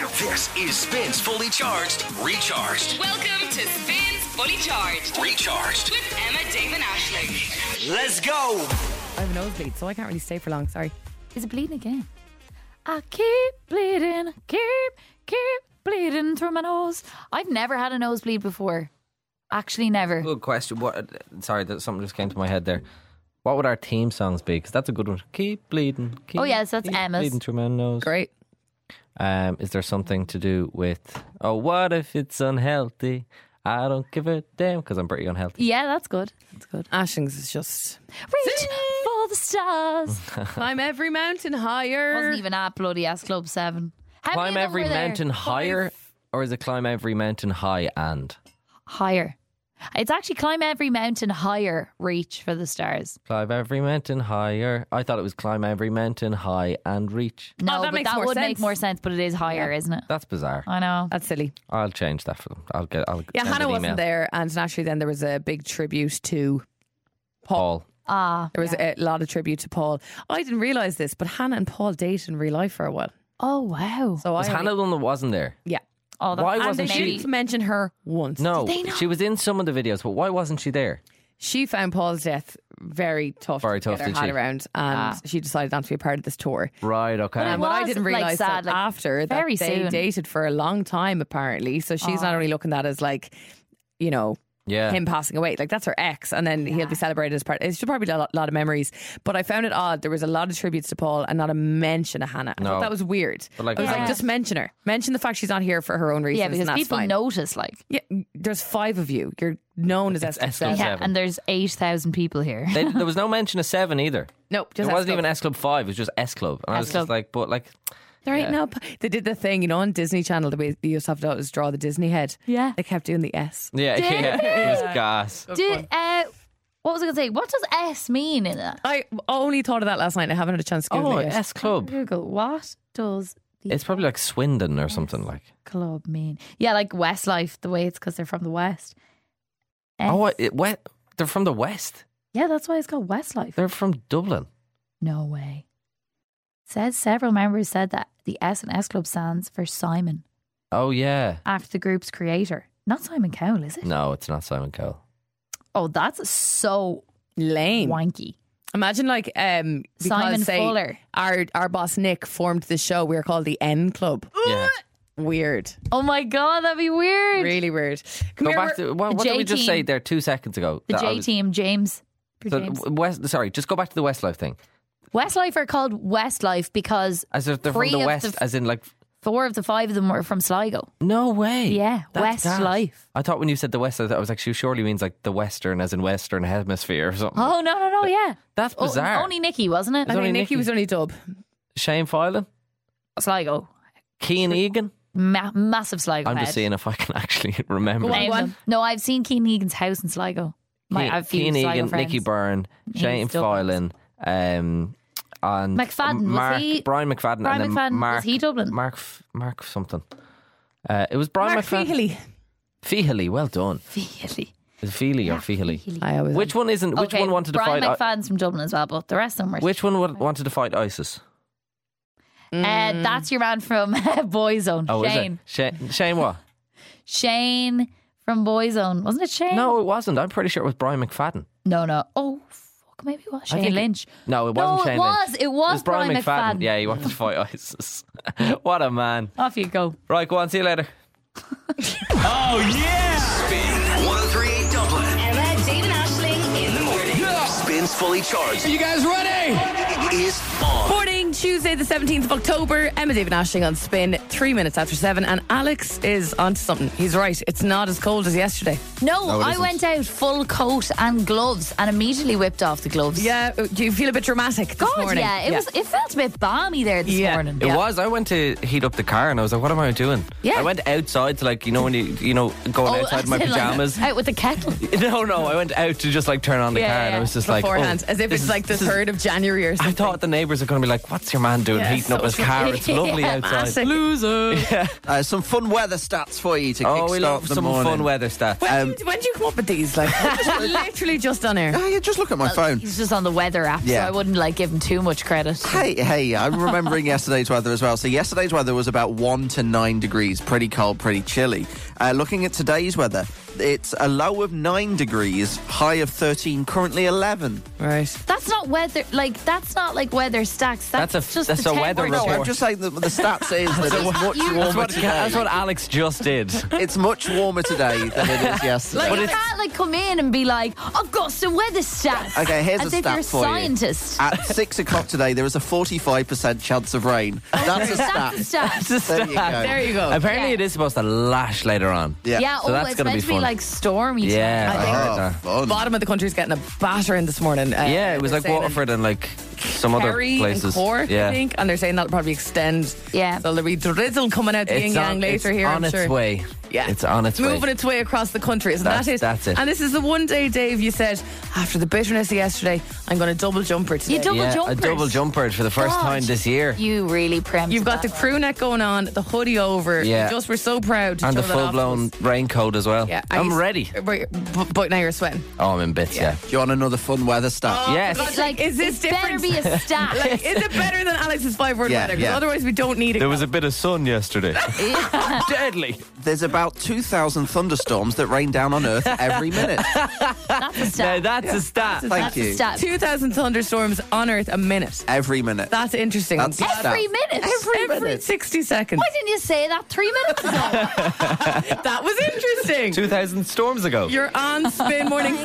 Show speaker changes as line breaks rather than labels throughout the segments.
This is Spins Fully Charged, Recharged,
Welcome to Spins Fully Charged
Recharged.
with Emma Damon Ashley.
Let's go!
I have a nosebleed, so I can't really stay for long. Sorry.
Is it bleeding again? I keep bleeding, keep, keep bleeding through my nose. I've never had a nosebleed before. Actually, never.
Good question. What? uh, Sorry, that something just came to my head there. What would our theme songs be? Because that's a good one. Keep bleeding. Keep
Oh, yes, that's
keep
Emma's.
Bleeding through my nose.
Great.
Um, is there something to do with? Oh, what if it's unhealthy? I don't give a damn because I'm pretty unhealthy.
Yeah, that's good. That's good.
Ashings is just.
Reach for the stars.
Climb every mountain higher.
Wasn't even at bloody ass Club 7. How many of
Climb
them
every
were there?
mountain higher, or is it climb every mountain high and
Higher. It's actually climb every mountain higher, reach for the stars.
climb every mountain higher? I thought it was climb every mountain high and reach.
No,
Oh, that
but
makes
that
more
would make
sense.
more sense, but it is higher, isn't it?
That's bizarre.
I know.
That's silly.
I'll change that for them. I'll get. I'll
Yeah,
send an
Hannah wasn't
email.
there, and naturally, then there was a big tribute to.
Paul.
Ah.
There was a lot of tribute to Paul. I didn't realize this, but Hannah and Paul dated in real life for a while.
Oh, wow.
So
Was
I,
Hannah the one that wasn't there?
yeah,
Oh, that
Why
and they
wasn't she-
maybe-
didn't mention her once.
No, she was in some of the videos, but why wasn't she there?
she found Paul's death very tough.
Very
to get
tough,
her
did
head
she? Ah.
around, and she decided not to be a part of this tour.
Right, okay.
it
And what I
was,
didn't
like,
realize that
sad, like,
after that
very
they
soon. Oh.
dated for a long time apparently. So she's not only looking at that as like, you know,
yeah.
him passing away. Like that's her ex, and then he'll be celebrated as part. It's just probably a lot, lot of memories. But I found it odd. There was a lot of tributes to Paul and not a mention of Hannah. I
No.
thought that was weird.
But, like,
I was
Yeah.
like, just mention her. Mention the fact she's not here for her own reasons.
Yeah, because
and that's
people
fine.
notice, like,
Yeah, there's five of you. You're known as
Escalade.
Escalade.
yeah,
Seven.
and there's 8,000 people here.
They, there was no mention of seven either.
No, just
There wasn't
Escalade.
even S Club 5, it was just S Club. And I was
S Club.
just like, but like,
There ain't no. p- They did the thing, you know, on Disney Channel, the way they used to have to always draw the Disney head.
Yeah.
They kept doing the S.
yeah, yeah, it was gas.
Did, uh, what was I going to say? What does S mean in it?
I only thought of that last night. and I haven't had a chance to Google
Oh,
it yet.
S Club.
Google, what does the
It's probably like Swindon or something like.
club mean? Yeah, like Westlife, the way it's because they're from the West. S-
Oh, it went. They're from the West.
yeah, that's why it's called Westlife.
They're from Dublin.
No way. Says several members said that the S and S Club stands for Simon,
Oh, yeah.
after the group's creator. Not Simon Cowell, is it?
No, it's not Simon Cowell.
Oh, that's so
Lame.
wanky.
Imagine like um because,
Simon
say,
Fuller.
Our our boss Nick formed the show. We were called the N Club.
Yeah.
Weird.
Oh my god, that'd be weird.
Really weird. Come
Go
here,
back
we're-
to what, what did we just
J-team.
say there two seconds ago?
The
That I
J
was-
team, James.
so
James.
West, sorry, just go back to the Westlife thing.
Westlife are called Westlife because
As if they're
Three
from
of
the West,
the-
as in like
four of the five of them were from Sligo.
No way.
Yeah,
That's
West
gas.
life.
I thought when you said the West, I thought- I was like, she surely means like the Western, as in Western Hemisphere or something.
Oh no, no, no, yeah.
That's
Oh,
bizarre.
only Nicky, wasn't it?
I
only
mean, Nicky
Nicky.
was only dub.
Shane Filan,
Sligo.
Keane Egan.
Ma- massive Sligo.
I'm
head.
just seeing if I can actually remember.
Go on.
Name
one.
them. No, I've seen Keane Egan's house in Sligo. My,
Keane,
I've few
Keane
Sligo
Egan,
friends.
Nicky Byrne,
He's
Shane
Dublin.
Filan, um, and
McFadden, was
Mark,
he-
Brian McFadden, and
Brian
then
McFadden, was
Mark,
he Dublin?
Mark, F- Mark something. Uh, it was Brian
Mark
McFadden.
Feehely.
Feehely, well done.
Really?
Is it Feehely or Feehely?
Really?
I always
Which one isn't? Which
Okay,
one wanted to
Brian
fight? I-
McFadden's from Dublin as well, but the rest of them were.
which one would, wanted to fight ISIS?
Mm.
Uh, that's your man from Boyzone.
Oh,
Shane.
is it Shane? Shane what?
Shane from Boyzone. Wasn't it Shane?
No, it wasn't. I'm pretty sure it was Brian McFadden.
No, no. Oh, fuck. Maybe it was
I
Shane
think it-
Lynch.
No, it wasn't
No, it
Shane
was.
Lynch.
It was Brian McFadden.
Yeah, he wanted to fight ISIS. what a man.
Off you go.
Right, go on. See you later.
Oh, yeah! Spin 1038 Dublin.
uh,
Emma Damon Ashley in the morning.
Spins Fully Charged. Are you guys ready? Is on.
Morning, Tuesday, the 17th of October. Emma David Ashling on spin, three minutes after seven. And Alex is onto something. He's right. It's not as cold as yesterday.
No,
it
I
isn't.
went out full coat and gloves and immediately whipped off the gloves.
Yeah, uh, do you feel a bit dramatic this
God,
morning?
yeah. It was. It felt a bit balmy there this
Yeah.
morning.
It
Yeah.
was. I went to heat up the car and I was like, what am I doing?
Yeah. Oh,
I went outside to, like, you know, when you, you know, going outside in
Oh,
my
as in, like,
pajamas.
out with the kettle.
no, no. I went out to just, like, turn on the
Yeah,
car and
yeah.
I was just like, oh,
beforehand, as if
this
it's
is-
like the
this is-
third of January or
I
something.
thought the neighbours are going to be like, what's your man doing heating up his car. It's lovely
Yeah,
outside.
massive.
Loser.
Uh, some fun weather stats for you to
Oh,
kickstart
we love
the
some
morning. Um,
fun weather stats.
When, do you, when do you come up with these? Like, literally just on air.
Oh, yeah, just look at my phone.
He's just on the weather app,
Yeah.
so I wouldn't like give him too much credit.
Hey, hey, uh, I'm remembering yesterday's weather as well. So, yesterday's weather was about 1 to 9 degrees, pretty cold, pretty chilly. Uh, looking at today's weather, it's a low of 9 degrees, high of 13, currently 11.
Right.
That's not weather. Like that's not like weather stacks. That's,
That's a-
just
that's
the
a weather
temperature.
No, I'm
report.
just saying that the stats is that it's much
That's
warmer
what,
today.
that's what Alex just did.
It's much warmer today than it is yesterday.
Like, you
it's-
can't like come in and be like, I've got some weather stats.
Okay, here's
As
a
if
stat
you're a
for you.
scientist.
At 6 o'clock today, there is a 45% chance of rain. That's a stat.
That's a stat.
There you go.
There you go.
Apparently,
Yeah.
it is supposed to lash later on.
Yeah.
Yeah,
So
oh,
that's
it's
gonna
meant
be
to be
fun.
like stormy. tonight.
Yeah,
I
I
think-
heard
Oh,
that.
fun.
Bottom of the country's getting a battering this morning. Uh,
Yeah, it was
they're
like
saying in
Waterford and like some other
Kerry
places.
and Cork,
yeah.
I think, and they're saying that'll probably extend.
Yeah.
So there'll be drizzle coming out the yin
It's
yang
on,
later
it's
here.
on
I'm
its
sure.
way.
Yeah.
It's on its
moving
way.
its way across the country. Isn't
That's-
that it?
that's it.
And this is the one day, Dave, you said, after the bitterness of yesterday, I'm going to double jumper today.
You double
yeah,
jumpers.
A double jumper for the first
God.
time this year.
You really prim.
You've got the crew neck going on, the hoodie over.
Yeah.
You just were so proud. To
and the
show that off
full
to
blown
us.
raincoat as well.
Yeah.
I'm
I-
ready.
But, but now you're sweating.
Oh, I'm in bits, yeah.
Do you want another fun weather stat?
Yes.
God. Like, is this
it better
different?
be a stat.
Like, is it better than Alex's five word
Yeah,
weather? 'Cause
yeah.
otherwise, we don't need it.
a bit of sun yesterday. Deadly.
There's about 2,000 thunderstorms that rain down on Earth every minute.
that's a stat.
Now that's a stat.
Thank
that's
you.
a stat.
2,000 thunderstorms on Earth a minute.
Every minute.
That's interesting.
That's the stat.
Every minute.
Every
Every
minute.
60 seconds.
Why didn't you say that three minutes ago?
That was interesting.
2,000 storms
Oh.
ago.
You're on Spin Morning.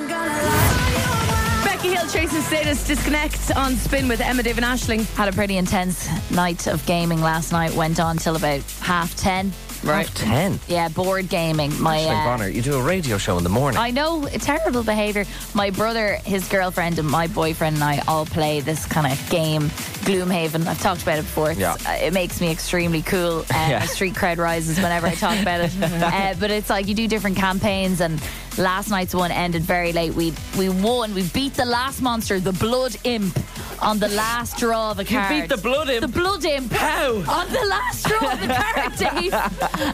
Becky Hill chasing status disconnect on Spin with Emma David Ashling.
Had a pretty intense night of gaming last night. Went on till about half ten.
right. 10.
Yeah, board gaming. My
Ashley
uh,
Bonner, you do a radio show in the morning.
I know terrible behavior. My brother, his girlfriend, and my boyfriend and I all play this kind of game, Gloomhaven. I've talked about it before. It's,
Yeah.
uh, it makes me extremely cool. Uh, My street cred rises whenever I talk about it. Uh, but it's like you do different campaigns, and last night's one ended very late. We we won. We beat the last monster, the Blood Imp, on the last draw of a
you
card.
beat the blood in.
The blood imp.
How?
On the last row of the card, Dave.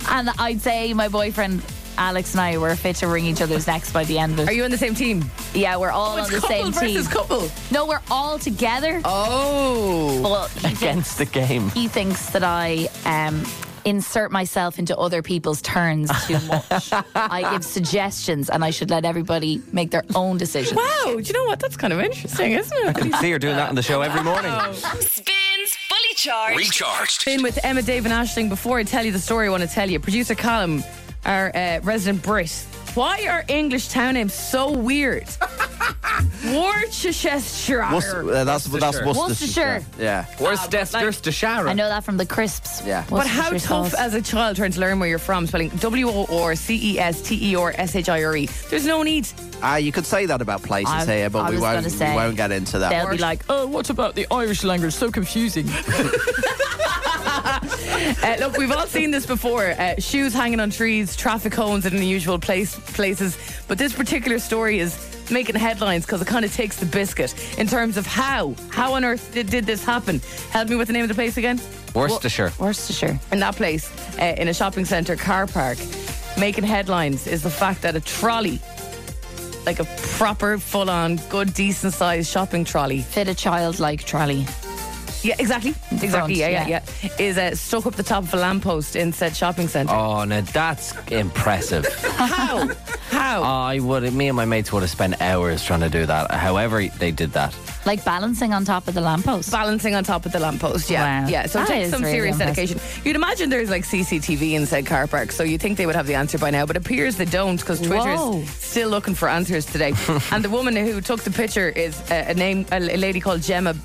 and I'd say my boyfriend Alex and I were fit to wring each other's necks by the end of
Are
it.
you on the same team? Oh,
Yeah, we're all
It's
on the
couple
same team.
versus couple.
no, we're all together.
Oh.
Well, he thinks-
Against the game.
he thinks that I um, insert myself into other people's turns too much. I give suggestions, and I should let everybody make their own decisions.
Wow. Do you know what? That's kind of interesting, isn't it?
See, you're doing that on the show every morning.
Oh.
Spins Fully Charged.
Recharged.
Spin with Emma David Ashling. Before I tell you the story I want to tell you, producer Colin, our uh, resident Brit, why are English town names so weird? Worcestershire. Ah,
Worcester- uh, that's that's
Worcestershire.
Worcestershire.
Worcestershire.
Yeah.
Where's Desdershire?
I know that from the crisps.
Yeah.
What's
But how
your
tough
sauce?
as a child trying to learn where you're from, spelling W O R C E S T E R S H I R E. There's no need.
Ah, you could say that about places
I-
here, but
I
we
was
won't.
gonna say,
we won't get into that.
They'll be like, oh, what about the Irish language? So confusing.
Uh, look, we've all seen this before: uh, shoes hanging on trees, traffic cones in unusual place, places. But this particular story is making headlines because it kind of takes the biscuit in terms of how how on earth did, did this happen. Help me with the name of the place again.
Worcestershire.
Worcestershire.
In that place, uh, in a shopping centre car park, making headlines is the fact that a trolley, like a proper, full-on, good, decent-sized shopping trolley,
Fit a child like trolley.
yeah, exactly, exactly,
front,
yeah, yeah,
yeah.
yeah, is uh, stuck up the top of a lamppost in said shopping centre.
Oh, now that's impressive.
How? How?
I would, me and my mates would have spent hours trying to do that. However, they did that.
Like balancing on top of the lamppost.
balancing on top of the lamppost. Yeah,
Wow.
yeah. So
That
it takes
is
some
really
serious
impressive.
dedication. You'd imagine there's like CCTV in said car park, so you think they would have the answer by now, but it appears they don't because Twitter
Whoa.
is still looking for answers today. and the woman who took the picture is uh, a, a name, a, a lady called Gemma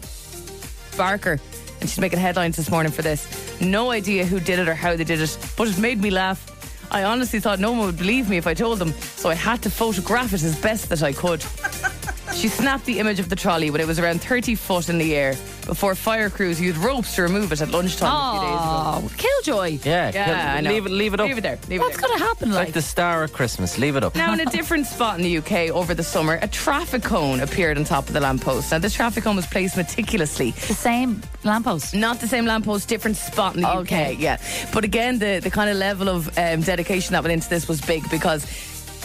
Barker. And she's making headlines this morning for this. No idea who did it or how they did it, but it made me laugh. I honestly thought no one would believe me if I told them, so I had to photograph it as best that I could. She snapped the image of the trolley when it was around 30 foot in the air before fire crews used ropes to remove it at lunchtime a few days ago.
Oh, Killjoy.
Yeah,
Yeah, I know.
leave it, leave it up.
Leave it there. Leave
What's
it there.
going to happen
Like
like,
the star of Christmas, leave it up.
Now, in a different spot in the UK over the summer, a traffic cone appeared on top of the lamppost. Now, this traffic cone was placed meticulously
The same lamppost.
Not the same lamppost, different spot in the
Okay.
UK. Yeah. But again, the, the kind of level of um, dedication that went into this was big because,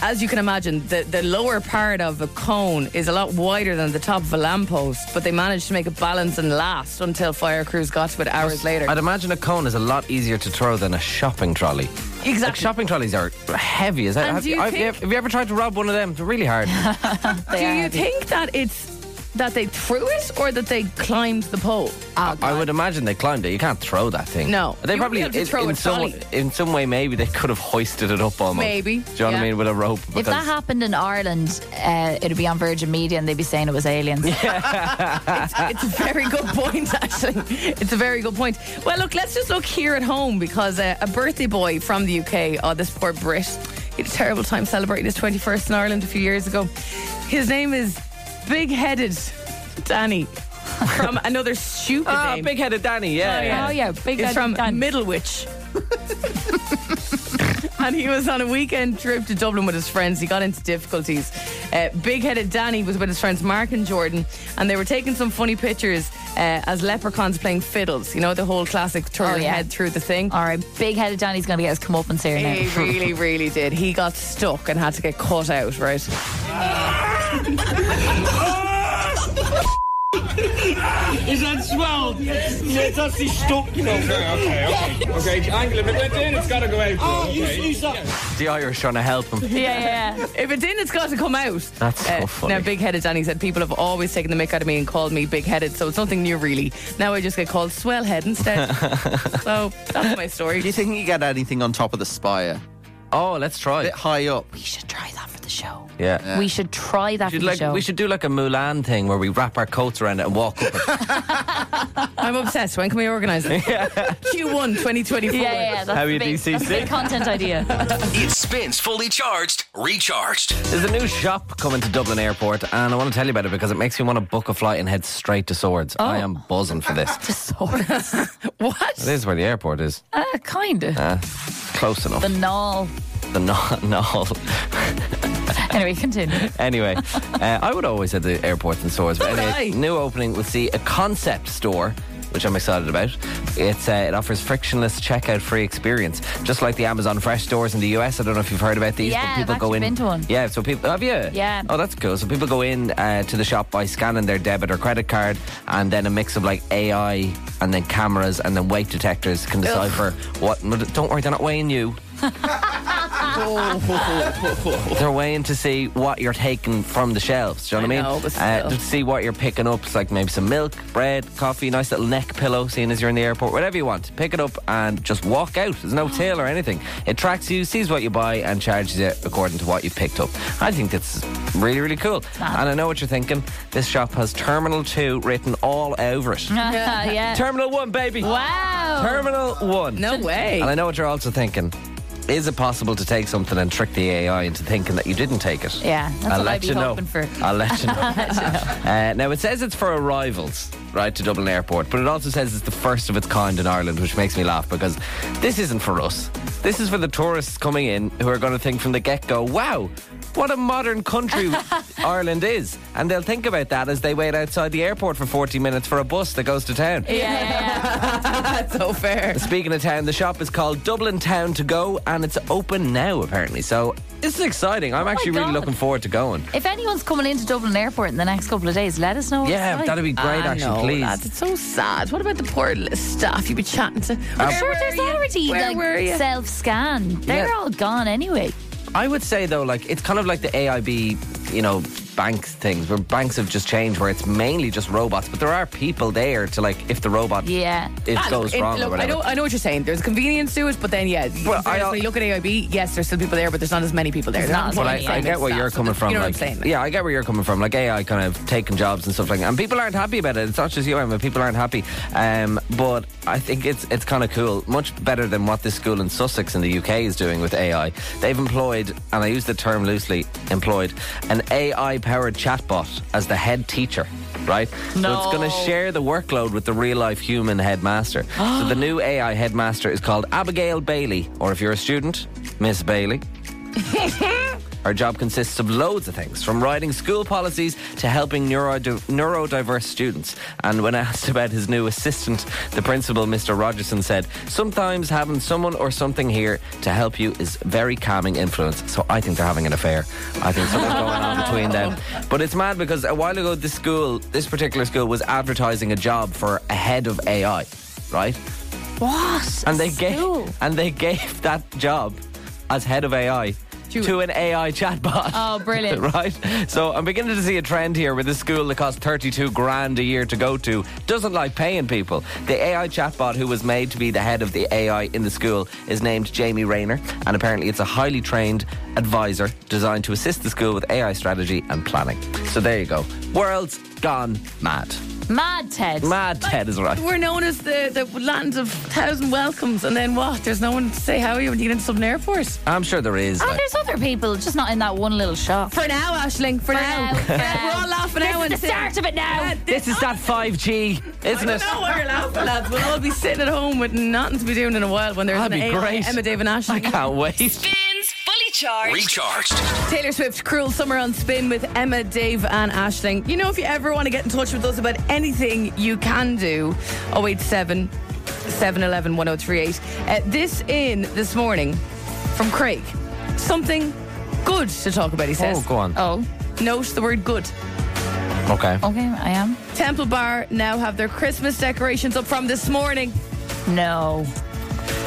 as you can imagine, the, the lower part of a cone is a lot wider than the top of a lamppost, but they managed to make it balance and last until fire crews got to it hours later.
I'd imagine a cone is a lot easier to throw than a shopping trolley. Like
Exactly.
shopping trolleys are heavy. Is that,
And
have,
do you
have
think-
have you ever tried to rob one of them? They're really hard.
Do you think that it's that they threw it or that they climbed the pole?
Oh,
I would imagine they climbed it. You can't throw that thing.
No.
they
You
probably
wouldn't be able to throw
in,
a
in some
trolley.
in some way maybe they could have hoisted it up almost. Do
Maybe,
you know what
yeah.
I mean with a rope?
If that happened in Ireland, uh, it'd be on Virgin Media and they'd be saying it was aliens.
it's a very good point, actually. It's a very good point. Well, look, let's just look here at home because uh, a birthday boy from the UK, oh, this poor Brit, he had a terrible time celebrating his 21st in Ireland a few years ago. His name is Big Headed Danny from another stupid
ah,
name.
big headed Danny. Yeah.
Oh,
Oh, yeah. Big
He's
head
from
done.
Middlewich. and he was on a weekend trip to Dublin with his friends. He got into difficulties. Uh, Big headed Danny was with his friends Mark and Jordan, and they were taking some funny pictures uh, as leprechauns playing fiddles. You know, the whole classic turn
Oh,
your
yeah.
head through the thing.
All right, big headed Danny's going to get his comeuppance here now.
He really, really did. He got stuck and had to get cut out, right?
Is that swell? Yes, that's the stuck, you know. Okay, okay, okay. Okay, angle it. If it went in, it's got to go out. Oh, you see that?
The Irish trying to help him.
Yeah, yeah.
If it didn't, it's got to come out. Uh,
That's so funny.
Now, big headed Danny said, People have always taken the mick out of me and called me big headed, so it's nothing new, really. Now I just get called swell head instead. so that's my
Do
story.
you think you get anything on top of the spire?
Oh, let's
A
try.
bit high up.
We should try that for the show.
Yeah.
We should try that
We should,
for the
like,
show.
we should do like a Mulan thing where we wrap our coats around it and walk up. it.
I'm obsessed. When can we organise it? Q1 2024.
yeah, yeah, yeah. That's
How
a
you
big,
DCC?
that's a big content idea.
It spins fully charged, recharged.
There's a new shop coming to Dublin Airport, and I want to tell you about it because it makes me want to book a flight and head straight to Swords. I
Oh.
am buzzing for this.
Just sort of.
It
What?
is Uh, where the airport is. Ah,
Uh, kind of.
Close enough.
the null.
The no- no.
Anyway, continue.
anyway, uh, I would always at the airports and stores. But
would
anyway,
I.
new opening will see a concept store. Which I'm excited about. It's uh, it offers frictionless checkout free experience, just like the Amazon Fresh stores in the US. I don't know if you've heard about these,
Yeah,
but people
I've
go
actually
in.
been to one.
Yeah, so people have you?
Yeah.
Oh, that's cool. So people go in uh, to the shop by scanning their debit or credit card, and then a mix of like AI and then cameras and then weight detectors can decipher what. Don't worry, they're not weighing you. They're weighing to see what you're taking from the shelves. Do you know what I
I
mean?
know, but
Uh,
still.
to see what you're picking up. It's like maybe some milk, bread, coffee, nice little neck pillow, seeing as you're in the airport, whatever you want. Pick it up and just walk out. There's no tail or anything. It tracks you, sees what you buy, and charges it according to what you picked up. I think that's really, really cool. And I know what you're thinking. This shop has Terminal 2 written all over it.
yeah.
Terminal 1, baby.
wow.
Terminal 1.
No way.
And I know what you're also thinking. Is it possible to take something and trick the AI into thinking that you didn't take it?
Yeah, that's
I'll
what
let
I'd be
you know.
hoping for.
I'll let you know. uh, now it says it's for arrivals, right, to Dublin Airport, but it also says it's the first of its kind in Ireland, which makes me laugh because this isn't for us. This is for the tourists coming in who are going to think from the get-go, "Wow, what a modern country Ireland is," and they'll think about that as they wait outside the airport for 40 minutes for a bus that goes to town.
Yeah, yeah,
That's so fair.
Speaking of town, the shop is called Dublin Town to Go, and it's open now apparently. So this is exciting.
Oh
I'm actually really
God.
looking forward to going.
yeah. If anyone's coming into Dublin Airport in the next couple of days, let us know. what it's
Yeah,
like.
that'd be great.
I
actually,
know,
please.
lads, it's so sad. What about the poor little staff you'd be chatting
Uh,
to?
I'm sure there's already
Where were
like
you?
self scan. They're
Yeah.
all gone anyway.
I would say though, like it's kind of like the AIB, you know, banks things where banks have just changed, where it's mainly just robots, but there are people there to like if the robot
Yeah.
it
Ah, look,
goes
it-
wrong
look,
or whatever.
I know, I know what you're saying. There's convenience to it, but then yeah,
Well,
well,
I al-
when you look at AIB, yes, there's still people there, but there's not as many people there.
There's
There's
not as
But
as
I,
many
I get where
staff,
you're
so
coming
the-
from.
You know
like,
what I'm saying? like-
yeah, I get where you're coming from. Like AI kind of taking jobs and stuff like that. And people aren't happy about it. It's not just you, Emma. People aren't happy. Um, but I think it's it's kind of cool. Much better than what this school in Sussex in the UK is doing with AI. They've employed, and I use the term loosely, employed, an AI powered chatbot as the head teacher. Right? So it's going to
No.
share the workload with the real life human headmaster. so the new AI headmaster is called Abigail Bailey, or if you're a student, Miss Bailey. Our job consists of loads of things, from writing school policies to helping neurodi- neurodiverse students. And when asked about his new assistant, the principal, Mr. Rogerson, said, Sometimes having someone or something here to help you is very calming influence. So I think they're having an affair. I think something's going on between them. But it's mad because a while ago, this school, this particular school, was advertising a job for a head of AI, right?
What?
And they
School.
gave and they gave that job as head of AI
To-
to an AI chatbot.
Oh, brilliant.
right? So I'm beginning to see a trend here where the school that costs 32 grand a year to go to doesn't like paying people. The AI chatbot who was made to be the head of the AI in the school is named Jamie Rayner, and apparently it's a highly trained advisor designed to assist the school with AI strategy and planning. So there you go. World's gone mad.
Mad Ted.
Mad Ted is right.
We're known as the, the land of thousand welcomes, and then what? There's no one to say how are you when you get into Southern Air Force.
I'm sure there is.
Oh,
like-
there's other people, just not in that one little shop.
For now, Ashling, for, now.
now, for
Yeah, We're
now.
all laughing now.
This is the start of it now.
This is that 5G, isn't
I
it?
don't know why we're laughing, lads. We'll all be sitting at home with nothing to be doing in a while when there's
That'd
an
be
AI,
great.
Emma David
I
Ashling.
can't wait.
Spins Fully Charged.
Recharged.
Taylor Swift, Cruel Summer on Spin with Emma, Dave, and Ashling. You know, if you ever want to get in touch with us about anything, you can do 087 711 1038. Uh, this in this morning from Craig. Something good to talk about, he says.
Oh, go on.
Oh,
Note the word good.
Okay.
okay, I am.
Temple Bar now have their Christmas decorations up from this morning.
No.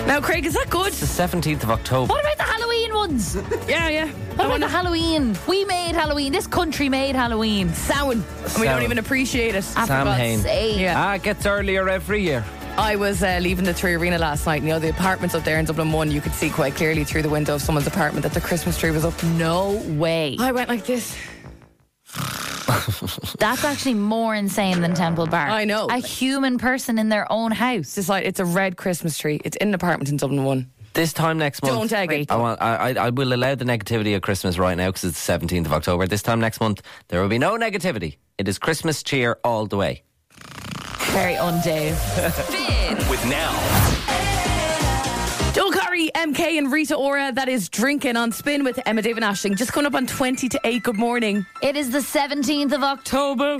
Now, Craig, is that good?
The 17th of October.
What about the Halloween ones? What
Yeah, yeah. I
about
want
the Halloween? We made Halloween. This country made Halloween.
Samhain. And we
Samhain.
don't even appreciate it.
Ah, for
Sam
God's
Hain.
sake.
Yeah.
Ah, it gets earlier every year.
I was uh, leaving the Three Arena last night. and, You know, the apartments up there in Dublin 1, you could see quite clearly through the window of someone's apartment that the Christmas tree was up.
No way.
I went like this.
That's actually more insane than Temple Bar.
I know.
A human person in their own house.
It's like, it's a red Christmas tree. It's in an apartment in Dublin 1.
This time next month.
Don't egg it.
I, want, I, I I will allow the negativity of Christmas right now because it's the 17th of October. This time next month, there will be no negativity. It is Christmas cheer all the way.
Very undave.
Spins.
With now.
Joel Curry, MK, and Rita Ora. That is Drinking on Spin with Emma David Ashling. Just coming up on 20 to 8. Good morning.
It is the 17th of October.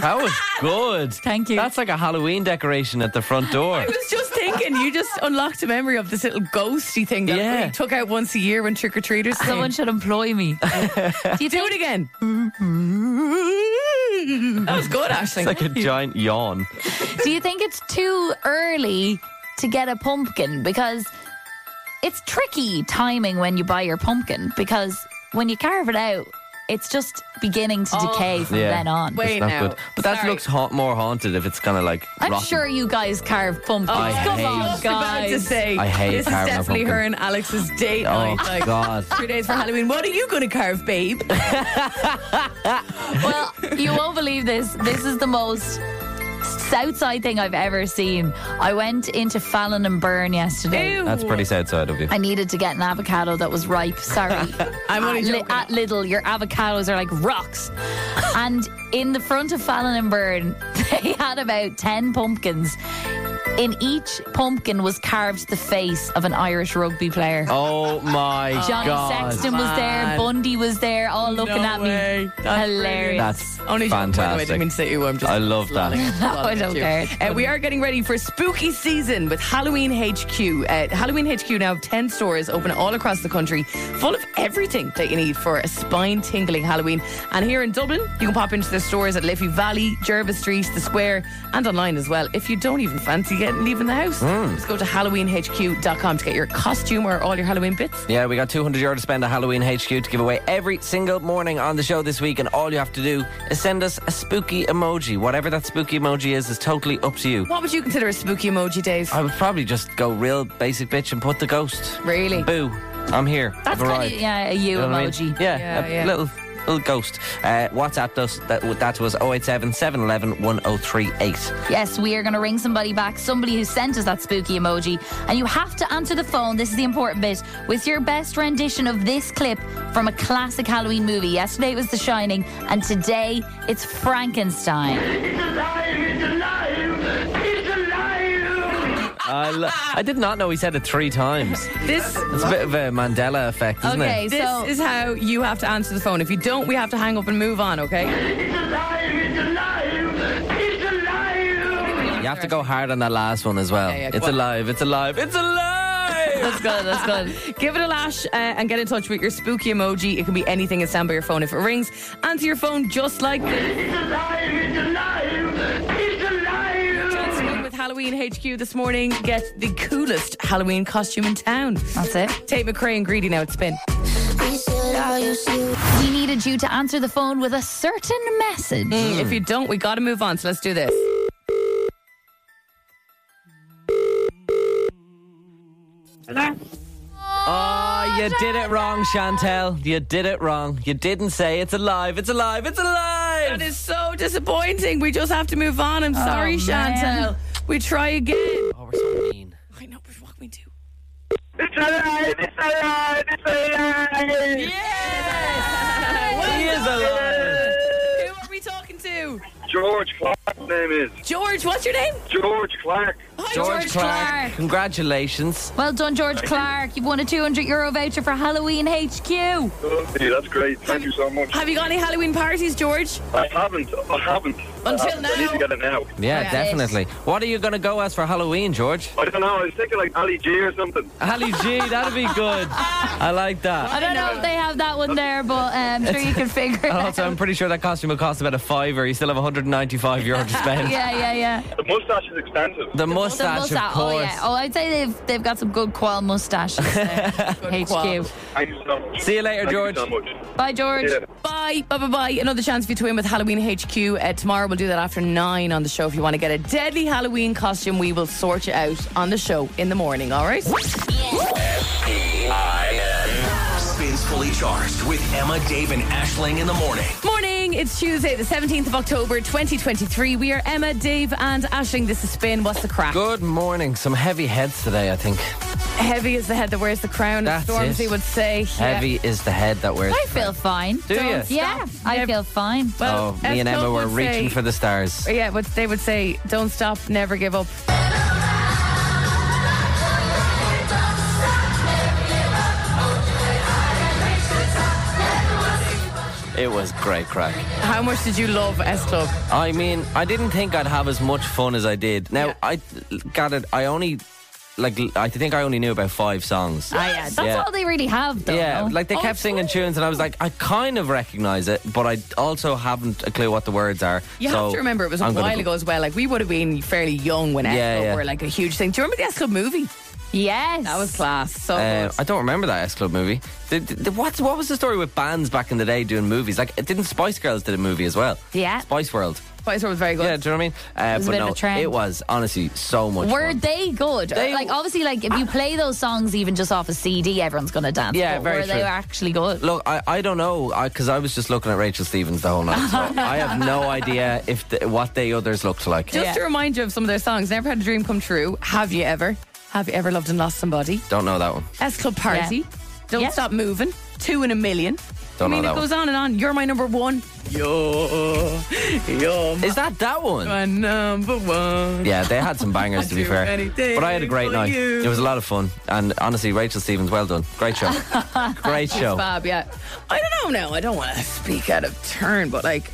That was good.
Thank you.
That's like a Halloween decoration at the front door.
I was just thinking, you just unlocked a memory of this little ghosty thing that
Yeah.
we took out once a year when trick or treaters
Someone should employ me.
you do it again. that was good, Ashling.
Like a giant yawn.
Do you think it's too early to get a pumpkin? Because it's tricky timing when you buy your pumpkin because when you carve it out, it's just beginning to decay from
Yeah.
then on.
Oh. Wait
Not
now.
good. But that
Sorry.
looks ha- more haunted if it's kind of like.
I'm
rotten.
sure you guys carve pumpkins.
I
Come
hate-
on,
just about to
guys.
say.
I hate
This is
carving a
definitely
pumpkin.
her and Alex's date
Oh,
night. Like,
God.
Two days for Halloween. What are you going to carve, babe?
Well, you won't believe this. This is the most Southside thing I've ever seen. I went into Fallon and Burn yesterday.
That's pretty sad side of you.
I needed to get an avocado that was ripe. Sorry.
I'm only
at, Li-
joking.
at Lidl, your avocados are like rocks. and in the front of Fallon and Burn, they had about 10 pumpkins. In each pumpkin was carved the face of an Irish rugby player.
Oh my
Johnny
God.
Sexton was there,
man.
Bundy was there, all looking at me.
way. That's
Hilarious.
That's
Only joking, by the way, I
fantastic.
didn't mean to say you. I'm just.
I love that.
No, I don't care. It's
Uh, we are getting ready for spooky season with Halloween HQ. Uh, Halloween HQ now have 10 stores open all across the country, full of everything that you need for a spine tingling Halloween. And here in Dublin, you can pop into the stores at Liffey Valley, Jervis Street, The Square, and online as well. If you don't even fancy getting leaving the house,
Hmm.
just go to HalloweenHQ.com to get your costume or all your Halloween bits.
Yeah, we got 200 euro to spend at Halloween HQ to give away every single morning on the show this week, and all you have to do is send us a spooky emoji. Whatever that spooky emoji is, is totally up to you.
What would you consider a spooky emoji, Dave?
I would probably just go real basic bitch and put the ghost.
Really?
Boo, I'm here.
That's
I've
kind of
arrived.
yeah, a you
You know what I mean?
emoji.
Yeah,
Yeah,
a
yeah.
little little ghost. Uh, WhatsApp us, that, that was 087 711 1038.
Yes, we are going to ring somebody back, somebody who sent us that spooky emoji. And you have to answer the phone, this is the important bit, with your best rendition of this clip from a classic Halloween movie. Yesterday it was The Shining, and today it's Frankenstein.
It's alive! It's alive! It's alive!
I, lo- I did not know he said it three times.
This
It's a bit of a Mandela effect, isn't
Okay,
it?
this
so
is how you have to answer the phone. If you don't, we have to hang up and move on. Okay.
It's alive! It's alive! It's alive!
You have to go hard on that last one as well.
Yeah, yeah,
it's
go on.
alive, it's alive, it's alive!
that's good, that's good.
Give it a lash uh, and get in touch with your spooky emoji. It can be anything. It's stand by your phone. If it rings, answer your phone just like this.
It's alive! It's alive! It's alive!
Dancing with Halloween HQ this morning. Get the coolest Halloween costume in town.
That's it.
Tate McRae and Greedy now at Spin.
We needed you to answer the phone with a certain message.
Hmm, If you don't, we got to move on. So let's do this.
Oh, you did it wrong, Chantel. You did it wrong. You didn't say it's alive, it's alive, it's alive!
That is so disappointing. We just have to move on. I'm sorry,
man.
Chantel. We try again.
oh, we're so mean.
I know, but what can we do?
It's alive! It's alive! It's alive!
He is alive!
Who are we talking to?
George Clark's name is
George, what's your name?
George Clark.
Hi,
George Clark,
Clark.
congratulations.
Well done, George Clark. You've won a 200 euro voucher for Halloween HQ.
Lovely, that's great. Thank you so much.
Have you got any Halloween parties, George?
Uh,
I haven't. I haven't. I,
Until
haven't. I need
now.
to get it now.
Yeah,
Yeah.
definitely. What are you going to go as for Halloween, George?
I don't know. I was thinking like Ali G or something.
Hallie G, that'd be good. I like that.
I don't know if they have that one there, but um, I'm sure you can figure it out.
Also, I'm pretty sure that costume will cost about a fiver. You still have 195 euro to spend.
Yeah, yeah, yeah.
The mustache is expensive.
The mustache,
The
of
mustache. Oh,
course.
yeah. Oh, I'd say they've they've got some good qual mustaches. there. HQ.
Thank you so much.
See you later,
Thank
George.
You so much.
Bye, George.
Yeah.
Bye, bye, bye, bye. Another chance for you to win with Halloween HQ. Uh, tomorrow we'll do that after nine on the show. If you want to get a deadly Halloween costume, we will sort you out on the show in the morning, all right?
Spins fully charged with Emma, Dave, and Ashling in the morning.
Morning, it's Tuesday, the 17th of October, 2023. We are Emma, Dave, and Ashling. This is Spin. What's the crack?
Good morning. Some heavy heads today, I think.
Heavy is the head that wears the crown, as
That's
Stormzy
it.
would say. Yeah.
Heavy is the head that wears.
I feel fine.
Do you?
Yeah, I
Never-
feel fine.
Oh, me and
F.
Emma
Club
were
would
reaching
say-
for the stars.
Yeah, what they would say, don't stop, never give up.
It was great crack.
How much did you love S Club?
I mean, I didn't think I'd have as much fun as I did. Now,
Yeah.
I got it. I only, like, I think I only knew about five songs.
Ah, yeah. That's
Yeah.
all they really have, though.
Yeah,
no?
Uh, like
Oh,
they kept singing tunes, and I was like, I kind of recognize it, but I also haven't a clue what the words are.
You
so
have to remember it was a
I'm gonna
while
go-
ago as well. Like we would have been fairly young when S
Yeah,
Club
yeah.
were like a huge thing. Do you remember the S Club movie?
yes.
That was class. So
Uh,
good.
I don't remember that S Club movie. The, the, the- what, what was the story with bands back in the day doing movies? Like, it didn't Spice Girls did a movie as well?
Yeah.
Spice World.
Spice World was very good.
Yeah, do you know what I mean? Uh,
was a
but
bit of
no,
a trend.
it was honestly so much.
Were
fun.
they good?
They- Ah.
like obviously, like if you play those songs even just off a CD, everyone's gonna dance.
Yeah,
but
very
Were they
true.
actually good?
Look, I, I don't know because I, was just looking at Rachel Stevens the whole night. So I have no idea if the, what the others looked like.
Just
Yeah.
to remind you of some of their songs, Never Had a Dream Come True, Have You Ever? Have You Ever Loved and Lost Somebody?
Don't know that one.
S Club Party,
Yeah.
Don't
Yes.
Stop Moving, Two in a Million.
Don't
I mean,
know
it
that
goes
one.
on and on. You're my number one. Yo, yo,
Is that that one?
my number one.
Yeah, they had some bangers to be
do
fair.
anything
But I had a great
for
night.
you.
It was a lot of fun. And honestly, Rachel Stevens, well done. Great show. great show.
Bob, yeah. I don't know now. I don't want to speak out of turn, but like,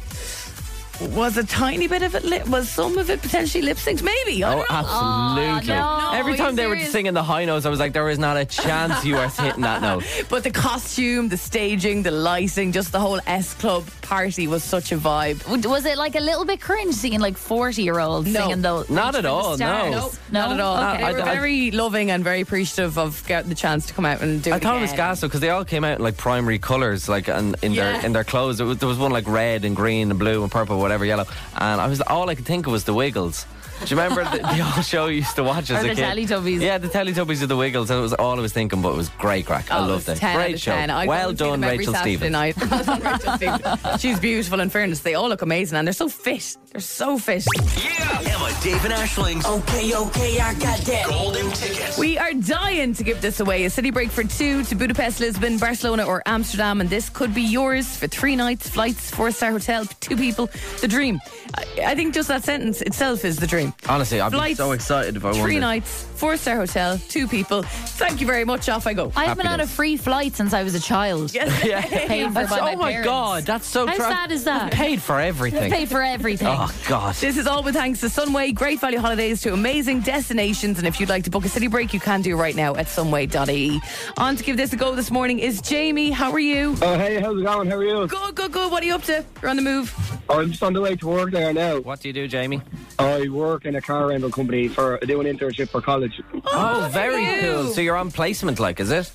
was a tiny bit of it, lip, was some of it potentially lip synced? Maybe. I
Oh,
don't know. Oh,
absolutely.
no.
Every
Are
time
you
they were
serious?
singing the high notes, I was like, there is not a chance you are hitting that note.
But the costume, the staging, the lighting, just the whole S Club party was such a vibe.
W- Was it like a little bit cringe seeing like forty year olds
No.
singing those?
Not at all, no.
No,
Nope,
Not at all.
Okay.
They were
I- I-
very loving and very appreciative of getting the chance to come out and do
I
it.
thought it was
again.
gas because they all came out in like primary colours, like and in
Yeah.
their in their clothes. There was, there was one like red and green and blue and purple, whatever, yellow. And I was all I could think of was the Wiggles. Do you remember the, the old show you used to watch as
Or
a
the
kid?
Teletubbies.
Yeah, the Teletubbies of the Wiggles. That was all I was thinking, but it was great crack. I
Oh,
loved it.
10 out
Great
of
show.
10. I go
well
and see
done,
them every
Rachel
Saturday
Stevens.
night. Well done, Rachel Stevens. She's beautiful, in fairness. They all look amazing and they're so fit. They're so fit.
Emma, Dave, and Ashling's
Okay, okay, I got that.
Golden Ticket.
We are dying to give this away. A city break for two to Budapest, Lisbon, Barcelona, or Amsterdam. And this could be yours for three nights, flights, four star hotel, two people. The dream. I, I think just that sentence itself is the dream.
Honestly, I'd be
Flights,
so excited if I won.
Three
this.
nights, four star hotel, two people. Thank you very much. Off I go.
I've been on a free flight since I was a child.
Yes.
Paid for
That's-
by
oh
my
my
parents.
god, that's so
How
tra-
sad is that?
Paid for everything.
Pay for everything.
Oh god.
This is all with thanks to Sunway. Great value holidays to amazing destinations. And if you'd like to book a city break, you can do right now at sunway.ie. On to give this a go this morning is Jamie. How are you?
Oh, hey, how's it going? How are you?
Good, good, good. What are you up to? You're on the move.
I'm just on the way to work there now.
What do you do, Jamie?
I work in a car rental company for doing internship for college.
Oh, very
you.
cool. So you're on placement, like, is it?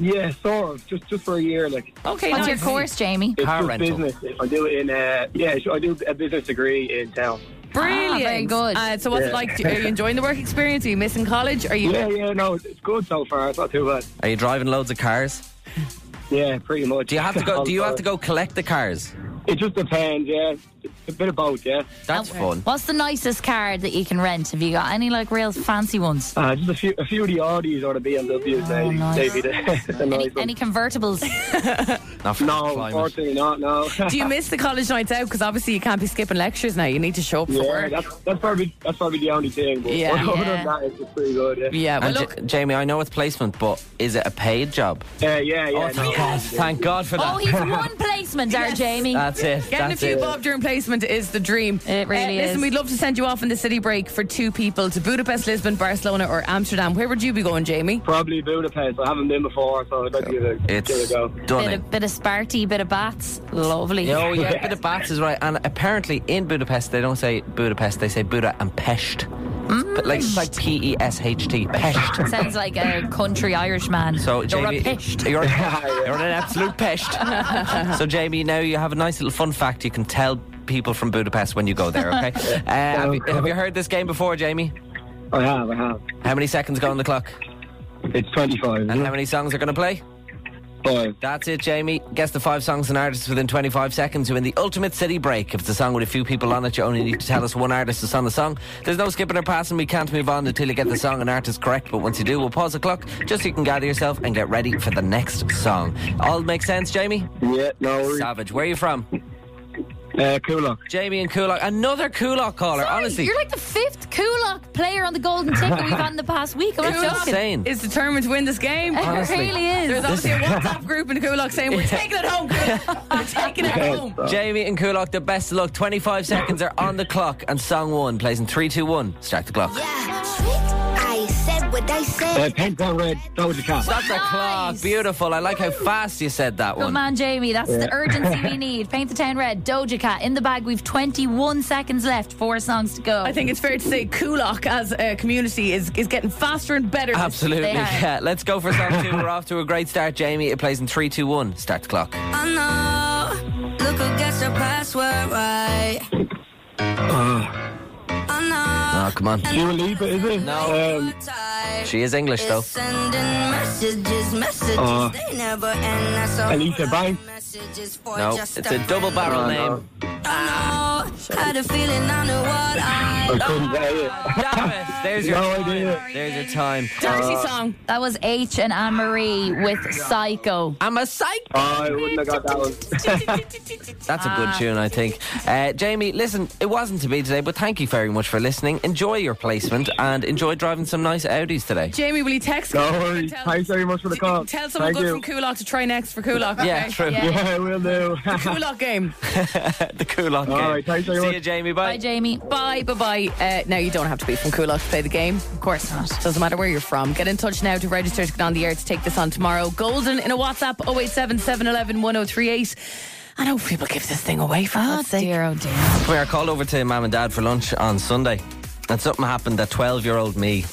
Yeah, sort of. Oh, Just just for a year, like
Okay, nice.
What's your course, Jamie?
it's
Car
just
rental.
business. If I do it in, uh, yeah, so I do a business degree in town.
Brilliant.
Ah, very good.
Uh, so what's it
Yeah.
like? Are you enjoying the work experience? Are you missing college? Are you?
Yeah, yeah, no, it's it's good so far. It's not too bad.
Are you driving loads of cars?
Yeah, pretty much.
Do you have to go? Do you have to go collect the cars?
It just depends. Yeah, a bit of both. Yeah,
That's fun.
What's the nicest car that you can rent? Have you got any like real fancy ones?
uh, just a few, a few of the Audis or the BMWs.
Oh,
they,
nice.
they be the, the
Any,
nice ones.
any convertibles?
Not for the
No,
climate.
unfortunately not. No.
Do you miss the college nights out? Because obviously you can't be skipping lectures now. You need to show up for
yeah,
work.
that's, that's probably that's probably the only thing. But
Yeah.
other
Yeah.
than that, it's just pretty good. Yeah,
Yeah. Well,
And
look.
J- Jamie, I know it's placement, but is it a paid job?
yeah, yeah. yeah,
oh, thank God! Thank God for that.
Oh, he's one placement, our Jamie.
That's it.
Getting
That's
a few
it.
bob during placement is the dream. Uh,
It really
Listen,
is.
we'd love to send you off in the city break for two people to Budapest, Lisbon, Barcelona, or Amsterdam. Where would you be going, Jamie?
Probably Budapest. I haven't been before, so I'd like to give it, give it
It's
a go.
Bit
stunning.
of, bit of Sparty, bit of bats. Lovely.
Oh yeah, bit of bats is right. And apparently in Budapest they don't say Budapest, they say Buda and Pest. But like it's like P E S H T Pest.
Sounds like Mm. a country Irishman.
So Jamie,
You're a pest.
You're, you're an absolute pest. so Jamie, now you have a nice little fun fact you can tell people from Budapest when you go there. Okay. Uh, have, you, have you heard this game before, Jamie?
I have, I have.
How many seconds go on the clock?
It's 25.
And how many songs are going to play?
Five.
That's it, Jamie. Guess the five songs and artists within 25 seconds who win the ultimate city break. If it's a song with a few people on it, you only need to tell us one artist that's on the song. There's no skipping or passing. We can't move on until you get the song and artist correct. But once you do, we'll pause the clock just so you can gather yourself and get ready for the next song. All make sense, Jamie?
Yeah, no worries.
Savage, where are you from?
Uh, cool luck.
Jamie and Kulak. Another Kulak caller,
Sorry,
honestly.
You're like the fifth Kulak player on the golden ticket we've had in the past week. I'm
it's
not joking.
insane.
Is determined to win this game.
Honestly.
It really is.
There's obviously a WhatsApp group in Kulak saying, We're taking it home, Kulak. We're taking it home.
Jamie and Kulak, the best of luck. 25 seconds are on the clock, and song one plays in 3, 2, 1. Start the clock.
I said what I
Uh,
said.
Pink on Red, Doja Cat.
That's a clock.
Nice.
Beautiful. I like how fast you said that
Good
one.
man, Jamie. That's the urgency we need. Paint the town red. Doja Cat in the bag. We've 21 seconds left. Four songs to go.
I think it's fair to say Kulak as a community is, is getting faster and better.
Absolutely.
They are.
Yeah. Let's go for song two. We're off to a great start, Jamie. It plays in three, two, one. Start the clock.
I know. Look who gets the password right. I
Oh, come on.
know.
Dua Lipa, is it?
No.
Um,
She is English, though.
Sending messages, messages,
Uh,
they never end. That's a whole
Alicia
lot
Banks?
of messages for
No,
just
it's a double
friend.
barrel
Oh, no.
name.
I know, had a feeling I knew what I
I couldn't say it.
Damn it. There's your
No
time.
idea.
There's your time. Uh,
Dirty song.
Uh, that was H and Anne Marie with Psycho.
I'm a psych.
Oh, I wouldn't have got that one.
That's a
Ah.
good tune, I think. Uh, Jamie, listen, it wasn't to be today, but thank you very much for listening. Enjoy your placement and enjoy driving some nice Audis today.
Jamie, will you text
No
Kulak and
worries.
tell-
Thanks very much for the call.
Tell someone
Thank
good
you.
from Kulak to try next for Kulak.
Yeah,
okay?
true.
Yeah.
Yeah, will do.
Kulak game.
the cool on
All
game.
right, thanks very
See
much.
you, Jamie.
Bye, Jamie.
Bye, bye, bye. Uh, now you don't have to be from Coolock to play the game. Of course not. Doesn't matter where you're from. Get in touch now to register to get on the air to take this on tomorrow. Golden in a WhatsApp 087 711 1038. I know people give this thing away for
Oh
God's sake.
dear, oh dear.
We are called over to mum and dad for lunch on Sunday, and something happened that 12 year old me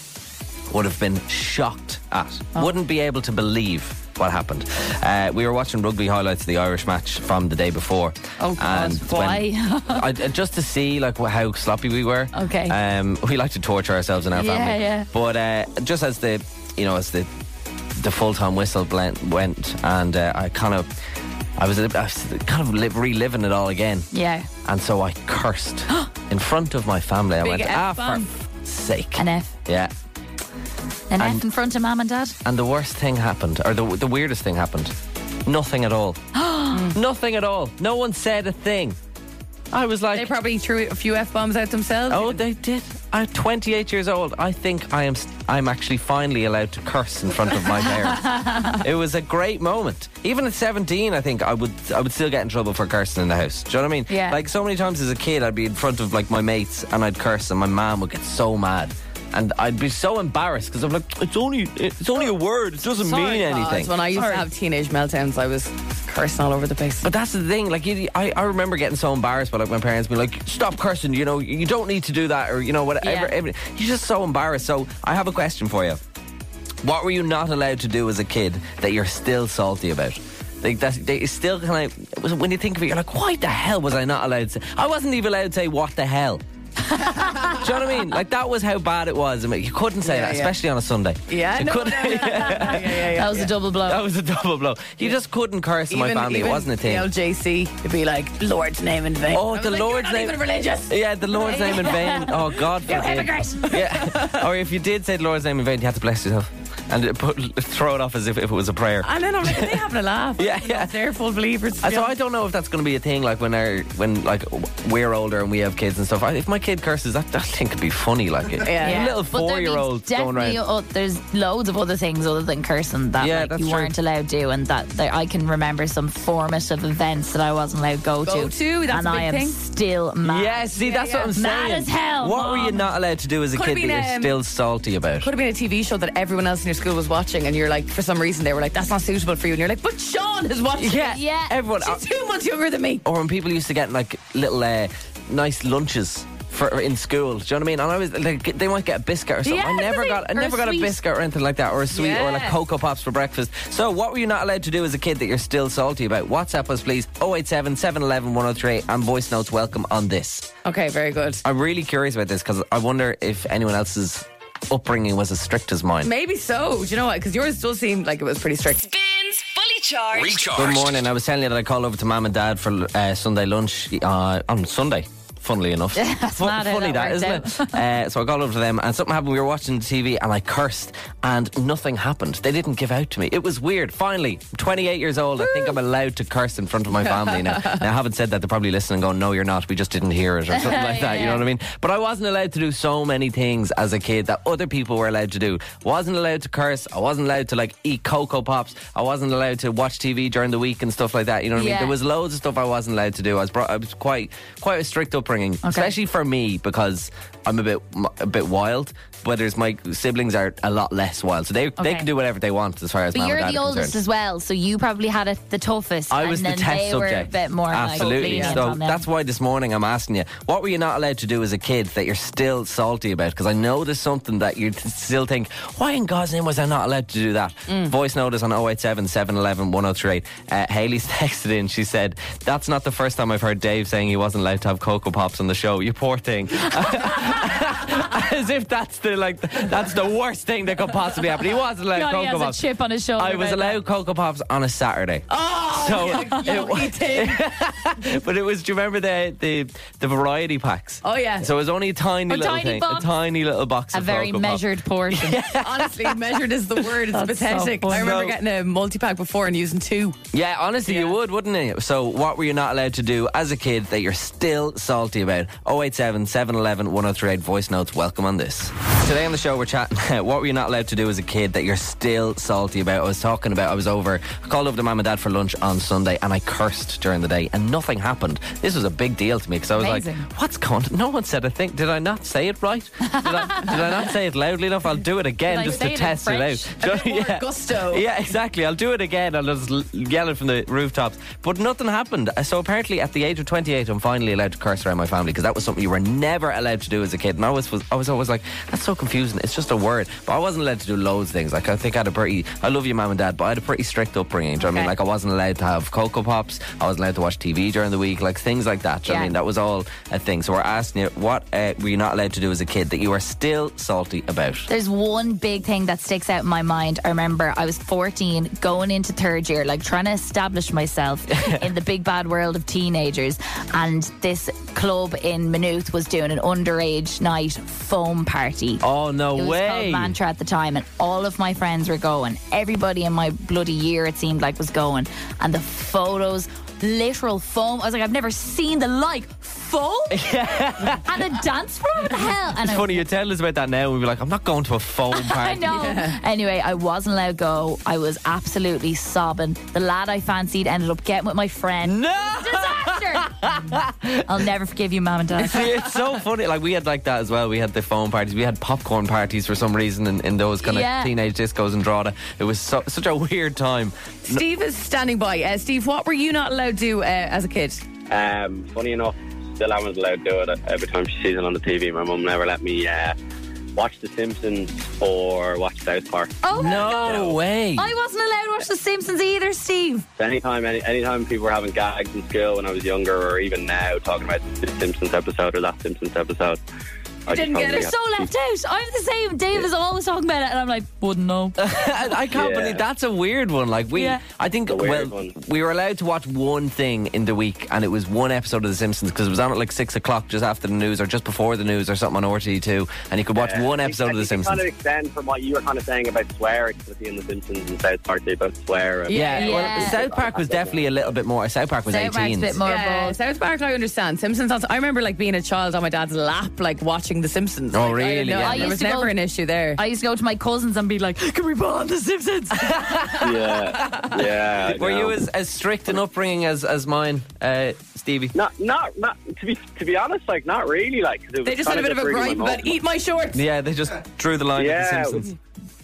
would have been shocked at,
Oh.
wouldn't be able to believe what happened. Uh, we were watching rugby highlights of the Irish match from the day before.
Oh, God.
And when-
Why?
I, I- just to see like wh- how sloppy we were.
Okay.
Um, we like to torture ourselves in our
Yeah,
family.
yeah.
But uh, just as the you know as the the full time whistle blent, went, and uh, I kind of I was, a bit- I was kind of li- reliving it all again.
yeah.
And so I cursed in front of my family. I
Big
went, ah,
F
for
bomb.
f- sake.
An F.
Yeah.
An
And-
F in front of mum and dad.
And the worst thing happened, or the, the weirdest thing happened. Nothing at all. Mm. Nothing at all. No one said a thing. I was like,
They probably threw a few F bombs out themselves.
Oh, they did. I'm 28 years old. I think I am. I'm actually finally allowed to curse in front of my parents. it was a great moment. Even at 17, I think I would. I would still get in trouble for cursing in the house. Do you know what I mean?
Yeah.
Like so many times as a kid, I'd be in front of like my mates and I'd curse, and my mom would get so mad. And I'd be so embarrassed because I'm like, it's only, it's only a word. It doesn't
Sorry,
mean
lads,
anything.
When I used to have teenage meltdowns, I was cursing all over the place.
But that's the thing. Like, you, I, I remember getting so embarrassed by like my parents being like, "Stop cursing," you know, you don't need to do that, or you know, whatever.
Yeah.
every- you're just so embarrassed. So, I have a question for you. What were you not allowed to do as a kid that you're still salty about? Like that, they it's still kind of. When you think of it, you're like, "Why the hell was I not allowed to?" say I wasn't even allowed to say "What the hell." do you know what I mean? Like that was how bad it was. I mean, you couldn't say
Yeah,
that,
yeah.
especially on a Sunday.
Yeah,
you
no,
couldn't.
yeah, yeah, yeah.
That was a double blow.
that was a double blow. You just couldn't curse in my family. it wasn't a thing.
You know, JC, it'd be like Lord's name in vain.
Oh,
I was
the
like,
Lord's
you're
name-
not even religious.
Yeah, the Lord's name in vain. Oh God, you
hypocrite.
Yeah, or if you did say the Lord's name in vain, you had to bless yourself and it put, throw it off as if, if it was a prayer.
And then I'm like, are they having a laugh?
Yeah,
You know,
yeah.
They're full believers. to
And
be
so I
honest.
don't know if that's going to be a thing. Like when our when like w- we're older and we have kids and stuff. I, if my kid curses, that that thing could be funny. Like it, a
Yeah.
little
But there
four year old
means
going
definitely
around.
o- there's loads of other things other than cursing that
Yeah,
like,
that's
you
true.
weren't allowed to, and that that I can remember some formative events that I wasn't allowed to go,
Go to, that's
and
a
I
big
am
thing.
still mad.
Yeah, see, that's what I'm
Mad
saying.
as hell,
What were you
Mom.
not allowed to do as a
Could have
kid that
been,
you're
um,
still salty about?
Could have been a TV show that everyone else in your school was watching, and you're like, for some reason, they were like, that's not suitable for you. And you're like, but Sean is watching.
Yeah,
Yeah.
Everyone,
She's two months younger than me.
or when people used to get like little uh, nice lunches for in school. Do you know what I mean? And I was like, they might get a biscuit or something.
Yeah,
I never
they-
got, I
or a
never got a
sweet.
biscuit or anything like that, or a sweet, or like
Yeah.
cocoa pops for breakfast. So, what were you not allowed to do as a kid that you're still salty about? WhatsApp us, please. 087 711 1038 and voice notes welcome on this.
Okay, very good.
I'm really curious about this because I wonder if anyone else's upbringing was as strict as mine.
uh, Maybe so. Do you know what? Because yours does seem like it was pretty strict.
Spins Fully Charged.
Recharged.
Good morning. I was telling you that I called over to mum and dad for uh, Sunday lunch uh, on Sunday. Funnily enough, Fu-
mad how
funny
that
that,
worked
isn't it? uh, so I called over to them, and something happened. We were watching the TV, and I cursed, and nothing happened. They didn't give out to me. It was weird. Finally, I'm 28 years old. I think I'm allowed to curse in front of my family now. now, I haven't said that. They're probably listening, and going, "No, you're not. We just didn't hear it," or something like that. You know what I mean? But I wasn't allowed to do so many things as a kid that other people were allowed to do. Wasn't allowed to curse. I wasn't allowed to like eat cocoa pops. I wasn't allowed to watch TV during the week and stuff like that. You know what I mean?
Yeah.
There was loads of stuff I wasn't allowed to do. I was brought, I was quite quite a strict upbringing, especially for me because I'm a bit a bit wild. Whereas my siblings are a lot less wild, so they they
Okay.
can do whatever they want as far as
But
mom
you're
and dad
the
are
oldest
concerned.
as well, so you probably had it the toughest.
I was
and
the
then
test
they Were a
subject.
bit more
Absolutely.
Like,
so that's why this morning I'm asking you, what were you not allowed to do as a kid that you're still salty about? Because I know there's something that you th- still think, why in God's name was I not allowed to do that?
Mm.
Voice notice on 087 711 1038. Uh, Haley's texted in. She said, That's not the first time I've heard Dave saying he wasn't allowed to have Cocoa Pops on the show. You poor thing. As if that's the like th- that's the worst thing that could possibly happen. He was allowed
God,
Cocoa
he has
Pops.
a chip on his shoulder.
I was
about
allowed Cocoa Pops on a Saturday. Oh, so it, wa- but it was. Do you remember the the, the variety packs?
Oh, yeah.
So it was only a tiny
A
little
Oh, tiny
thing,
box.
a tiny little box.
that. A
of
very
Cocoa Pops.
measured portion.
Honestly, measured is the word. It's
That's so
pathetic.
funny.
I remember
No.
getting a multi pack before and using two.
Yeah, honestly, you would, wouldn't you? So, what were you not allowed to do as a kid that you're still salty about? 087 711 1038 voice notes. Welcome on this. Today on the show, we're chatting what were you not allowed to do as a kid that you're still salty about? I was talking about, I was over, I called over to mum and dad for lunch on Sunday and I cursed during the day and nothing happened. This was a big deal to me because I was
Amazing.
like, what's going on? No one said a thing. Did I not say it right? Did I, did I not say it loudly enough? I'll do it again
Did I
just
say it
to
in
test it
French?
out.
A bit more gusto.
Yeah, exactly. I'll do it again. I'll just l- Uh, yell it from the rooftops. But nothing happened. So apparently, at the age of 28, I'm finally allowed to curse around my my family because that was something you were never allowed to do as a kid. And I was, was I was always like, that's so confusing. It's just a word. But I wasn't allowed to do loads of things. Like I think I had a pretty, I love you, mum and dad, but I had a pretty strict upbringing. Do you know what I mean? Like
Okay.
I wasn't allowed to have cocoa pops. I wasn't allowed to watch TV during the week. Like things like that. Do you know what I
Yeah.
mean? That was all a thing. So we're asking you, what uh, were you not allowed to do as a kid that you are still salty about?
There's one big thing that sticks out in my mind. I remember I was 14, going into third year, like trying to establish myself in the big bad world of teenagers. And this club in Maynooth was doing an underage night foam party.
Oh no
It was
way!
called Mantra at the time, and all of my friends were going. Everybody in my bloody year, it seemed like, was going. And the photos, literal foam. I was like, I've never seen the like foam and a dance floor. What the hell? And
It's
I-
funny you tell us about that now, and we were like, "I'm not going to a foam party."
I know. Anyway, I wasn't let go. I was absolutely sobbing. The lad I fancied ended up getting with my friend.
No!
Disaster! I'll never forgive you, mom and
See,
dad.
it's so funny. Like we had like that as well. We had the phone parties. We had popcorn parties for some reason in, in those kind of
Yeah.
teenage discos in Drogheda. It was so, such a weird time.
Steve is standing by. Uh, Steve, what were you not allowed to do uh, as a kid?
Um, funny enough, still haven't allowed to do it. Every time she sees it on the TV, my mum never let me uh, watch The Simpsons or watch South Park.
Oh, my
No
God.
way.
I wasn't allowed to watch The Simpsons either, Steve.
So anytime, any, anytime people were having gags in school when I was younger, or even now, talking about the Simpsons episode or that Simpsons episode, I
didn't get
probably got-
it.
So left out. I'm the same. Dave is always talking about it, and I'm like, wouldn't know.
I, I can't
Yeah.
believe that's a weird one. Like we,
Yeah.
I think
A
well,
weird one.
we were allowed to watch one thing in the week, and it was one episode of The Simpsons because it was on at like six o'clock, just after the news or just before the news or something on RTE two, and you could watch
Uh,
one
I think-
episode
I
of The
think it
Simpsons.
Kind of extend from what you were kind of saying about swearing, because in The Simpsons and South Park, they both swear. And
yeah, well,
Yeah.
South Park was definitely a little bit more. South Park was
South Park's a
18.
bit more
Yeah,
bold.
South Park, I understand. Simpsons, also, I remember like being a child on my dad's lap, like watching The Simpsons.
Oh,
Like, I didn't
really?
know.
Yeah. I
There
used
was
to go-
never an issue there.
I used to go to my cousins and be like, can we bond The Simpsons?
yeah, yeah. I
Were
know.
you as, as strict an upbringing as, as mine, uh, Stevie?
Not, not, not. To be, to be honest, like not really. Like 'cause it was
they just had
kind
a bit of a
really
gripe
my mum.
about eat my shorts.
Yeah, they just drew the line at
Yeah.
The Simpsons.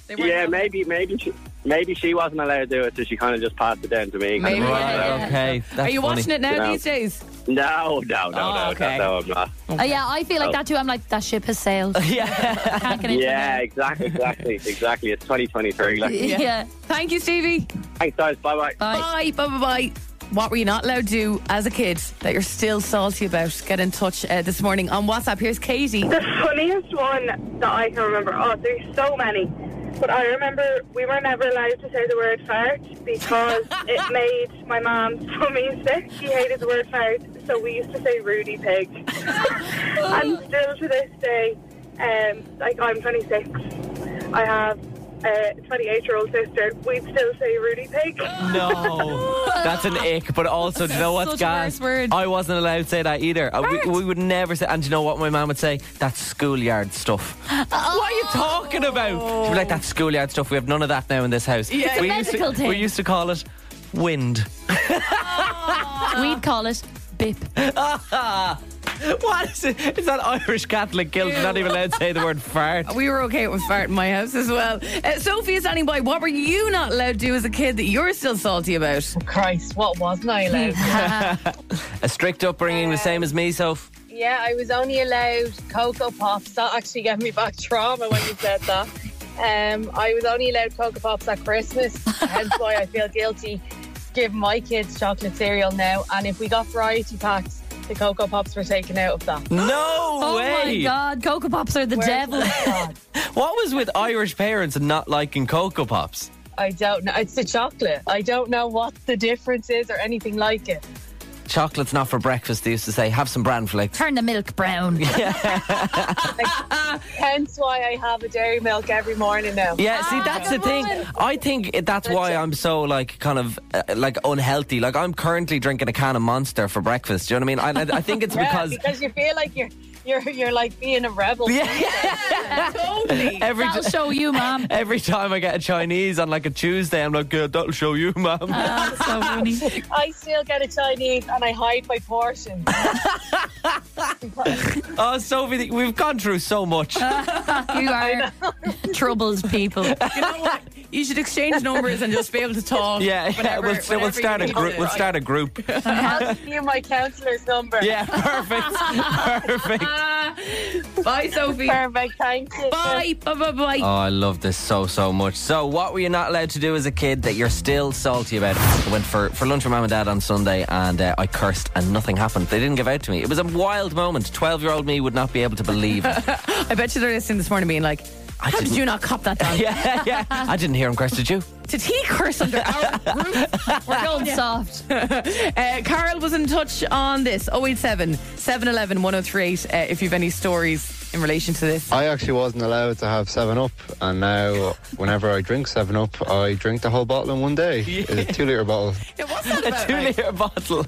They weren't
Yeah,
allowed.
maybe, maybe, she, maybe she wasn't allowed to do it, so she kind of just passed it down to me.
Maybe.
Right,
Yeah, yeah.
okay.
Are you watching it now
No.
these days?
No, no, no,
Oh,
no,
okay.
no, no, I'm not.
Oh, yeah, I feel like that too. I'm like, that ship has sailed.
Yeah.
Can't get into
Yeah,
it
exactly, exactly, exactly. It's 2023.
now.
Like,
Yeah.
Thank you, Stevie.
thanks, guys. Bye, bye.
Bye.
Bye, bye, bye, bye. What were you not allowed to do as a kid that you're still salty about? Get in touch uh, this morning on WhatsApp. Here's Katie.
The funniest one that I can remember, oh, there's so many, but I remember we were never allowed to say the word fart because it made my mom so mean sick. She hated the word fart, so we used to say Rudy Pig. and still to this day, um, like I'm 26, I have a 28 year old sister, we'd still say Rudy Pig.
No. That's an ick, but also, do you know what's
Such a
gas?
worse word.
I wasn't allowed to say that either. Uh, We, we would never say, and do you know what my mum would say? That's schoolyard stuff. What are you talking about? She'd be like, that's schoolyard stuff. We have none of that now in this house.
It's a
we, used to,
medical thing.
we used to call it wind.
We'd call it bip.
What is it? Is that Irish Catholic guilt? You're not even allowed to say the word fart.
We were okay with fart in my house as well. Uh, Sophie is standing by. What were you not allowed to do as a kid that you're still salty about?
Oh, Christ, what wasn't I allowed?
A strict upbringing, the same as me, Soph.
yeah, I was only allowed Cocoa Pops. That actually gave me back trauma when you said that. Um, I was only allowed Cocoa Pops at Christmas, hence why I feel guilty giving my kids chocolate cereal now. And if we got variety packs, the Cocoa Pops were taken out of that.
No
Oh my
way!
God, Cocoa Pops are the
Where's
devil.
that gone?
What was with Irish parents and not liking Cocoa Pops?
I don't know. It's the chocolate. I don't know what the difference is or anything like it.
Chocolate's not for breakfast, they used to say. Have some bran flakes.
Turn the milk brown.
Hence why I have a dairy milk every morning now. Ah,
Yeah, see, that's the thing. I think it- that's why I'm so, like, kind of, uh, like, unhealthy. Like, I'm currently drinking a can of Monster for breakfast. Do you know what I mean? I, I think it's
Yeah,
because...
you feel like you're you're you're like being a rebel.
Every,
That'll show you, mom.
every time I get a Chinese on, like, a Tuesday, I'm like, "Yeah, that'll show you, ma'am.
Ah,
Uh.
That's so funny.
I still get a Chinese and I hide my portion.
oh, Sophie,
Uh,
we've gone through so much.
You are troubled people.
You know what? You should exchange numbers and just be able to talk.
Yeah, yeah.
whenever-
We'll, so we'll
whenever you
start a
need
group.
it.
We'll start a group.
I'll give you my counsellor's number.
Yeah, perfect.
Ah,
perfect.
Bye, Sophie.
Perfect. Thank you.
Bye. Bye. Bye. Bye.
Oh, I love this so so much. So, what were you not allowed to do as a kid that you're still salty about? I went for for lunch with mum and dad on Sunday, and uh, I cursed, and nothing happened. They didn't give out to me. It was a wild moment. Twelve year old me would not be able to believe it.
I bet you they're listening this morning being like, how did
didn't-
you not cop that down?
yeah, yeah. I didn't hear him curse. Did you?
Did he curse under our roof? We're
going
soft. uh, Carl was in touch on this 087 711 1038 uh, if you've any stories in relation to this.
I actually wasn't allowed to have Seven Up, and now whenever I drink Seven Up, I drink the whole bottle in one day. It's a two liter bottle.
a two litre bottle.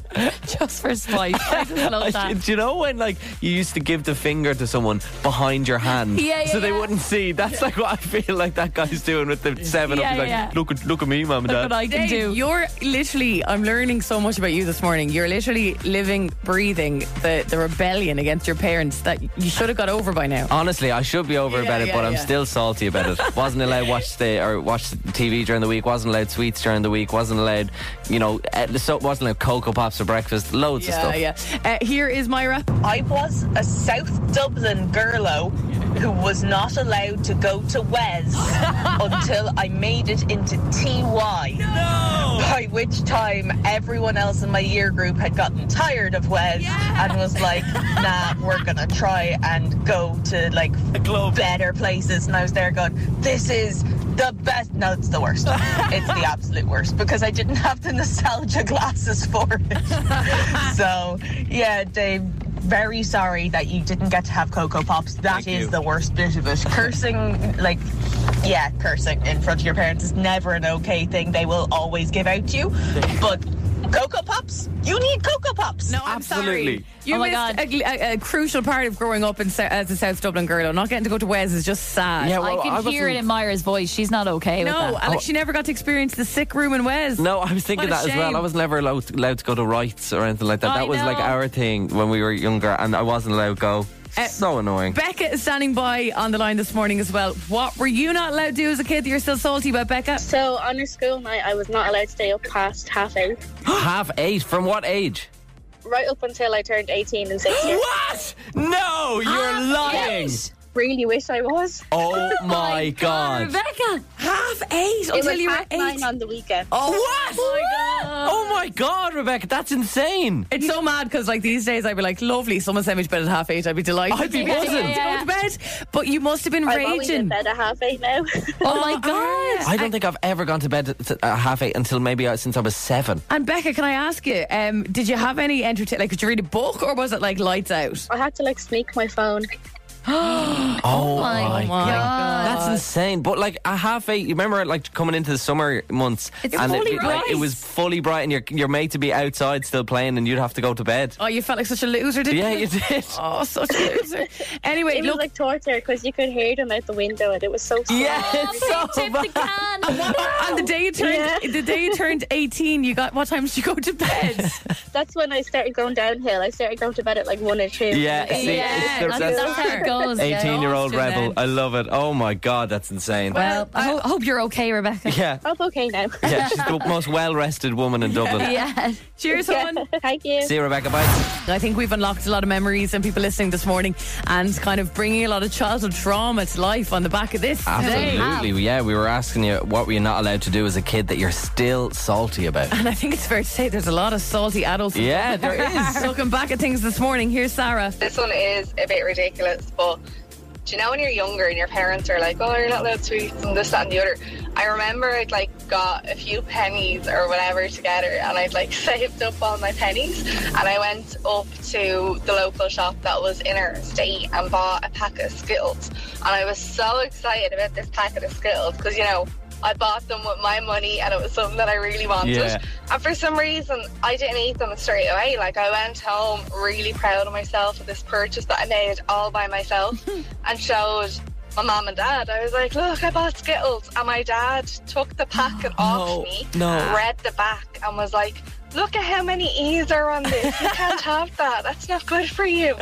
Just for spite. I just love that.
Do you know when like you used to give the finger to someone behind your hand,
Yeah, yeah,
so they
yeah.
wouldn't see? That's like what I feel like that guy's doing with the seven
Yeah,
up. He's like,
yeah.
look at look at me, mum and dad.
Dave, You're literally, I'm learning so much about you this morning. You're literally living, breathing the, the rebellion against your parents that you should have got over by now.
Honestly, I should be over
Yeah,
about it,
yeah,
but I'm
yeah.
still salty about it. wasn't allowed to watch the or watch the TV during the week. Wasn't allowed sweets during the week. Wasn't allowed, you know, eh, so wasn't allowed cocoa pops for breakfast. Loads of stuff.
Yeah, yeah. Uh, here is Myra.
I was a South Dublin girlo who was not allowed to go to Wes until I made it into TY. No! By which time everyone else in my year group had gotten tired of Wes and was like, nah, we're gonna try and go to like better places. And I was there going, this is the best. No, it's the worst. it's the absolute worst because I didn't have the nostalgia glasses for it. so, yeah, Dave, very sorry that you didn't get to have Cocoa Pops. That is the worst bit of it. Cursing, like, yeah, cursing in front of your parents is never an okay thing. They will always give out to you. But Cocoa Pops, you need Cocoa Pops. No,
Absolutely.
You missed A, gl- a, a crucial part of growing up in, Sou- as a South Dublin girl. Not getting to go to Wes is just sad.
I can hear it in Myra's voice. She's not okay with that.
No, Alex, she never got to experience the sick room in Wes.
No, I was thinking
What
that
a
as well.
shame.
I was never allowed, allowed to go to rights or anything like that.
I
that was like
know.
our thing when we were younger, and I wasn't allowed to go.
Uh,
so annoying.
Becca is standing by on the line this morning as well. What were you not allowed to do as a kid that you're still salty about, Becca?
So on a school night, I was not allowed to stay up past half eight,
Half eight. From what age?
right up until I turned 18 and 16.
What? No, you're lying.
Really wish I was.
Oh my god.
Rebecca,
half eight
it was half nine on the weekend.
Oh, what?
Oh my god, Rebecca, that's insane.
It's so mad because like these days I'd be like, lovely, someone sent me to bed at half eight. I'd be delighted.
I'd be
to go
buzzing.
to go to bed. But you must have been
I'm always in
raging.
bed at half eight now.
Oh my god.
I don't think I've ever gone to bed at at half eight until maybe uh, since I was seven.
And Becca, can I ask you, um, did you have any entertain? Like, did you read a book or was it like lights out?
I had to like sneak my phone.
Oh,
my
god.
God.
That's insane. But like a half eight, you remember like coming into the summer months
It's
and
fully
it, like,
bright.
it was fully bright and your your mate to be outside still playing and you'd have to go to bed.
Oh, you felt like such a loser, didn't
Yeah, you
you?
did.
Oh, such a loser. anyway,
it
look.
was like torture because you could hear them out the window and it was so. Scary.
Yeah, it's so Tip the
can.
on uh, the day you turned, the day you turned eighteen, you got what time did you go to bed?
That's when I started going downhill. I started going to bed at like one or two.
Yeah, see, it's the,
Oh,
year old
Austin
rebel.
then.
I love it. Oh my god, that's insane.
Well, I, ho- hope you're okay, Rebecca.
Yeah.
Oh,
I'm okay now.
yeah, she's the most well rested woman in Dublin.
Yeah.
Cheers, hon.
Thank you.
See you, Rebecca. Bye.
I think we've unlocked a lot of memories and people listening this morning and kind of bringing a lot of childhood trauma to life on the back of this. today.
Absolutely. Yeah, we were asking you what were you not allowed to do as a kid that you're still salty about.
And I think it's fair to say there's a lot of salty adults.
Yeah, there is.
Looking back at things this morning, here's Sarah.
This one is a bit ridiculous, but do you know when you're younger and your parents are like, "Oh, you're not allowed sweets and this, that, and the other." I remember I'd like got a few pennies or whatever together, and I'd like saved up all my pennies, and I went up to the local shop that was in our state and bought a pack of Skittles, and I was so excited about this packet of Skittles because you know. I bought them with my money and it was something that I really wanted.
Yeah.
And for some reason, I didn't eat them straight away. Like, I went home really proud of myself for this purchase that I made all by myself and showed my mom and dad. I was like, look, I bought Skittles. And my dad took the packet off me,
no.
read the back, and was like, look at how many E's are on this. You can't have that. That's not good for you.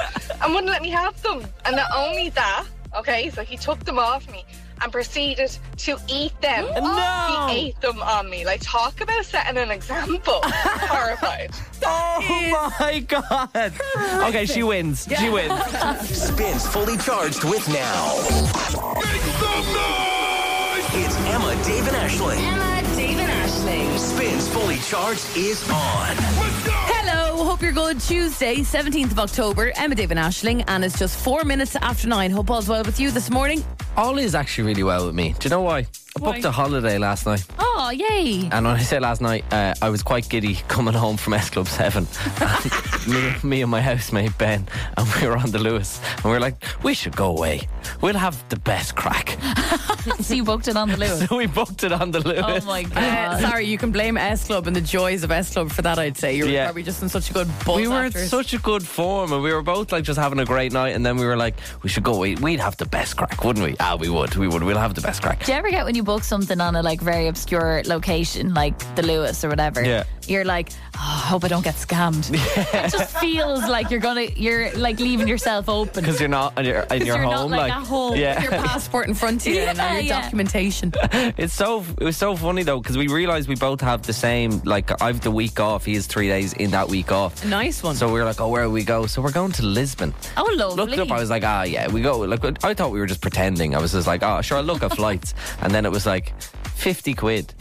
And wouldn't let me have them. And not only that, okay, so he took them off me. and proceeded to eat them.
No.
He ate them on me. Like, talk about setting an example. Horrified.
Oh my god. Okay, she wins. She wins.
Spins fully charged with now. It's Emma, David, Ashling.
Emma, David, Ashling.
Spins fully charged is on.
Hello, hope you're good. Tuesday, 17th of October, Emma David Ashling, and it's just four minutes after nine. Hope all's well with you this morning.
All is actually really well with me. Do you know why? I
Why?
booked a holiday last night.
Oh, yay.
And when I say last night, uh, I was quite giddy coming home from S Club 7. me, me and my housemate Ben, and we were on the Lewis. And we were like, we should go away. We'll have the best crack.
so you booked it on the Oh Lewis.
so we booked it on the Lewis.
Uh, sorry, you can blame S Club and the joys of S Club for that, I'd say. You were
Yeah.
probably just in such a good buzz
We were in
after it.
such a good form, and we were both like just having a great night. And then we were like, we should go. We- We'd have the best crack, wouldn't we? Ah, we would. We would. We'll have the best crack.
Do you ever get when you book something on a like very obscure location, like the Lewis or whatever?
Yeah.
You're like, oh, I hope I don't get scammed. it just feels like you're gonna, you're like leaving yourself open.
Because you're not in your, in
'Cause
your
you're
home,
not like, at home.
yeah.
passport in front of you and all your
Yeah, yeah.
documentation.
It's so it was so funny though because we realized we both have the same like I've the week off he has three days in that week off
nice one
so we were like oh where do we go so we're going to Lisbon
oh lovely
looked up I was like ah yeah we go like I thought we were just pretending I was just like oh sure I'll look at flights and then it was like fifty quid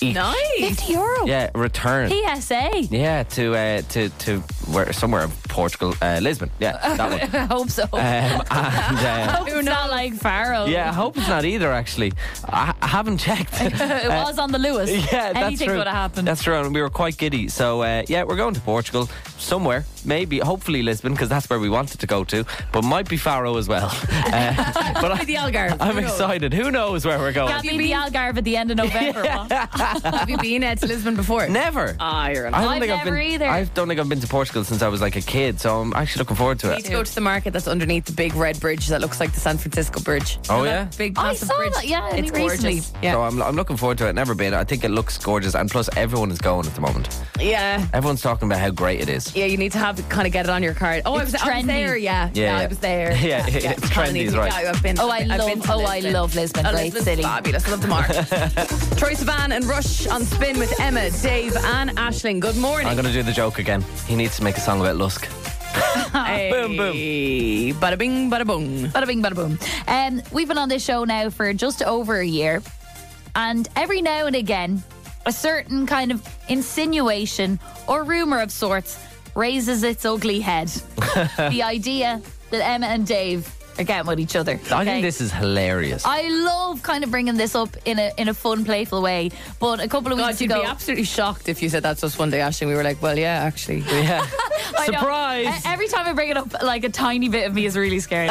each.
nice. 50 euro.
yeah return
PSA.
yeah to uh, to to where somewhere in Portugal uh, Lisbon yeah that one
I hope so.
um, and. Um,
hope it's not like Faro.
yeah, I hope it's not either. Actually, I, I haven't checked.
it
Uh,
was on the Lewis.
Yeah, that's
Anything
true.
could have happened.
That's true. And we were quite giddy. So uh, yeah, we're going to Portugal somewhere, maybe, hopefully Lisbon, because that's where we wanted to go to, but might be Faro as well. Uh, but I,
the Algarve.
I'm
Who knows?
excited. Who knows where we're going?
Can't be the Algarve at the end of November.
Have you been uh, to Lisbon before?
Never.
Ah, you're an
I don't
I've
think I've
never
been.
either.
I don't think I've been to Portugal since I was like a kid, so I'm actually looking forward to
You
it.
need to go to the market that's underneath the big red bridge that looks like the San Francisco Bridge.
Oh,
That
yeah?
big
I
massive
saw
bridge.
that, yeah, I
it's
think recently.
gorgeous. Yeah.
So I'm, I'm looking forward to it. Never been. I think it looks gorgeous, and plus everyone is going at the moment.
yeah.
Everyone's talking about how great it is.
Yeah, you need to have kind of get it on your card. Oh, I,
It's
was, I was
trendy.
there. Yeah,
Yeah, yeah.
I was there.
Yeah, it's trendy
kinda
is
need to-
right.
yeah, I've been.
Oh,
I've
I
been- I've
love-
been to
oh, I
Lisbon.
love Lisbon.
Oh,
Great
Lisbon's
city.
fabulous. I love the market. Troy Sivan and Rush on spin with Emma, Dave, and Ashling. Good morning.
I'm going to do the joke again. He needs to make a song about Lusk.
Hey.
Boom, boom.
Bada bing, bada boom.
Bada bing, bada boom. Um, we've been on this show now for just over a year, and every now and again, a certain kind of insinuation or rumor of sorts raises its ugly head. the idea that Emma and Dave are getting with each other.
I
okay?
think this is hilarious.
I love kind of bringing this up in a in a fun, playful way. But a couple of
God,
weeks
you'd
ago,
be absolutely shocked if you said that to us one day, Ashling. We were like, well, yeah, actually.
yeah.
I know.
Surprise!
E- Every time I bring it up, like a tiny bit of me is really scared.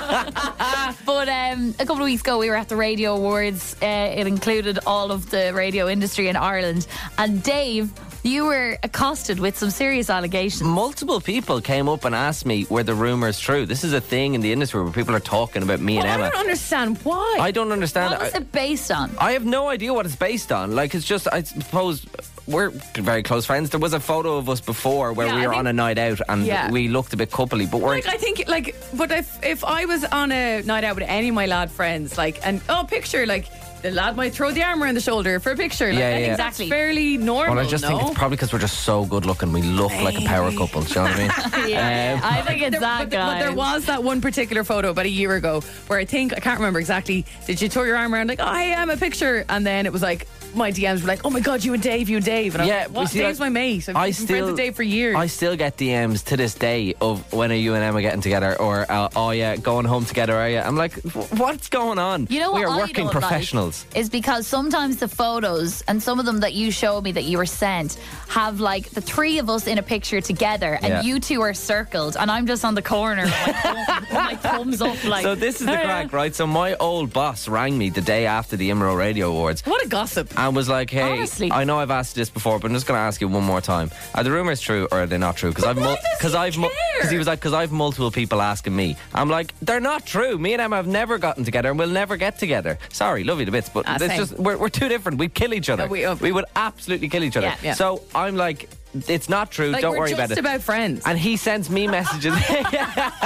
but um, a couple of weeks ago, we were at the Radio Awards. Uh, it included all of the radio industry in Ireland. And Dave, you were accosted with some serious allegations.
Multiple people came up and asked me were the rumors true. This is a thing in the industry where people are talking about me
Well, I
and Emma.
don't understand why.
I don't understand.
What was
I-
it based on?
I have no idea what it's based on. Like, it's just, I suppose we're very close friends. There was a photo of us before where
Yeah,
we
I
were
think-
on a night out and
Yeah.
we looked a bit coupley, but we're.
Like I think, like, but if if I was on a night out with any of my lad friends, like, and oh, picture, like, the lad might throw the arm around the shoulder for a picture. Like,
Yeah,
I think
yeah.
that's
Exactly.
fairly normal.
well, I just
no?
think it's probably because we're just so good looking. We look like a power couple. Do you know what I mean?
Yeah, I think it's
There-
that
but, th- but
guy.
there was that one particular photo about a year ago where I think I can't remember exactly. Did you throw your arm around like, oh, I am a picture, and then it was like my DMs were like, oh my god, you and Dave, you and Dave, and I was
Yeah,
like,
we
what?
see,
Dave's
like,
my mate. I've
I
been friends
still-
with Dave for years.
I still get DMs to this day of when are you and Emma getting together or uh, oh yeah going home together are you? I'm like "W- what's going on?
You know what
we are
I
working
don't
professionals.
Like is because sometimes the photos and some of them that you showed me that you were sent have like the three of us in a picture together and
Yeah.
you two are circled and I'm just on the corner with my, thumb- with my thumbs up like
so this is the crack, right? So my old boss rang me the day after the Imro Radio Awards
what a gossip.
and was like, "Hey,
Honestly.
I know I've asked you this before, but I'm just going to ask you one more time: Are the rumors true or are they not true? Because I've
why does
because
he
I've because he was like because I've multiple people asking me. I'm like, they're not true. Me and Emma have never gotten together and we'll never get together. Sorry, love you to bits, but
Ah,
it's
same.
just we're, we're too different. We'd kill each other.
Uh, we- uh,
would absolutely kill each other.
Yeah, yeah.
So I'm like. it's not true.
Like,
Don't
we're
worry about it.
just about friends.
And he sends me messages.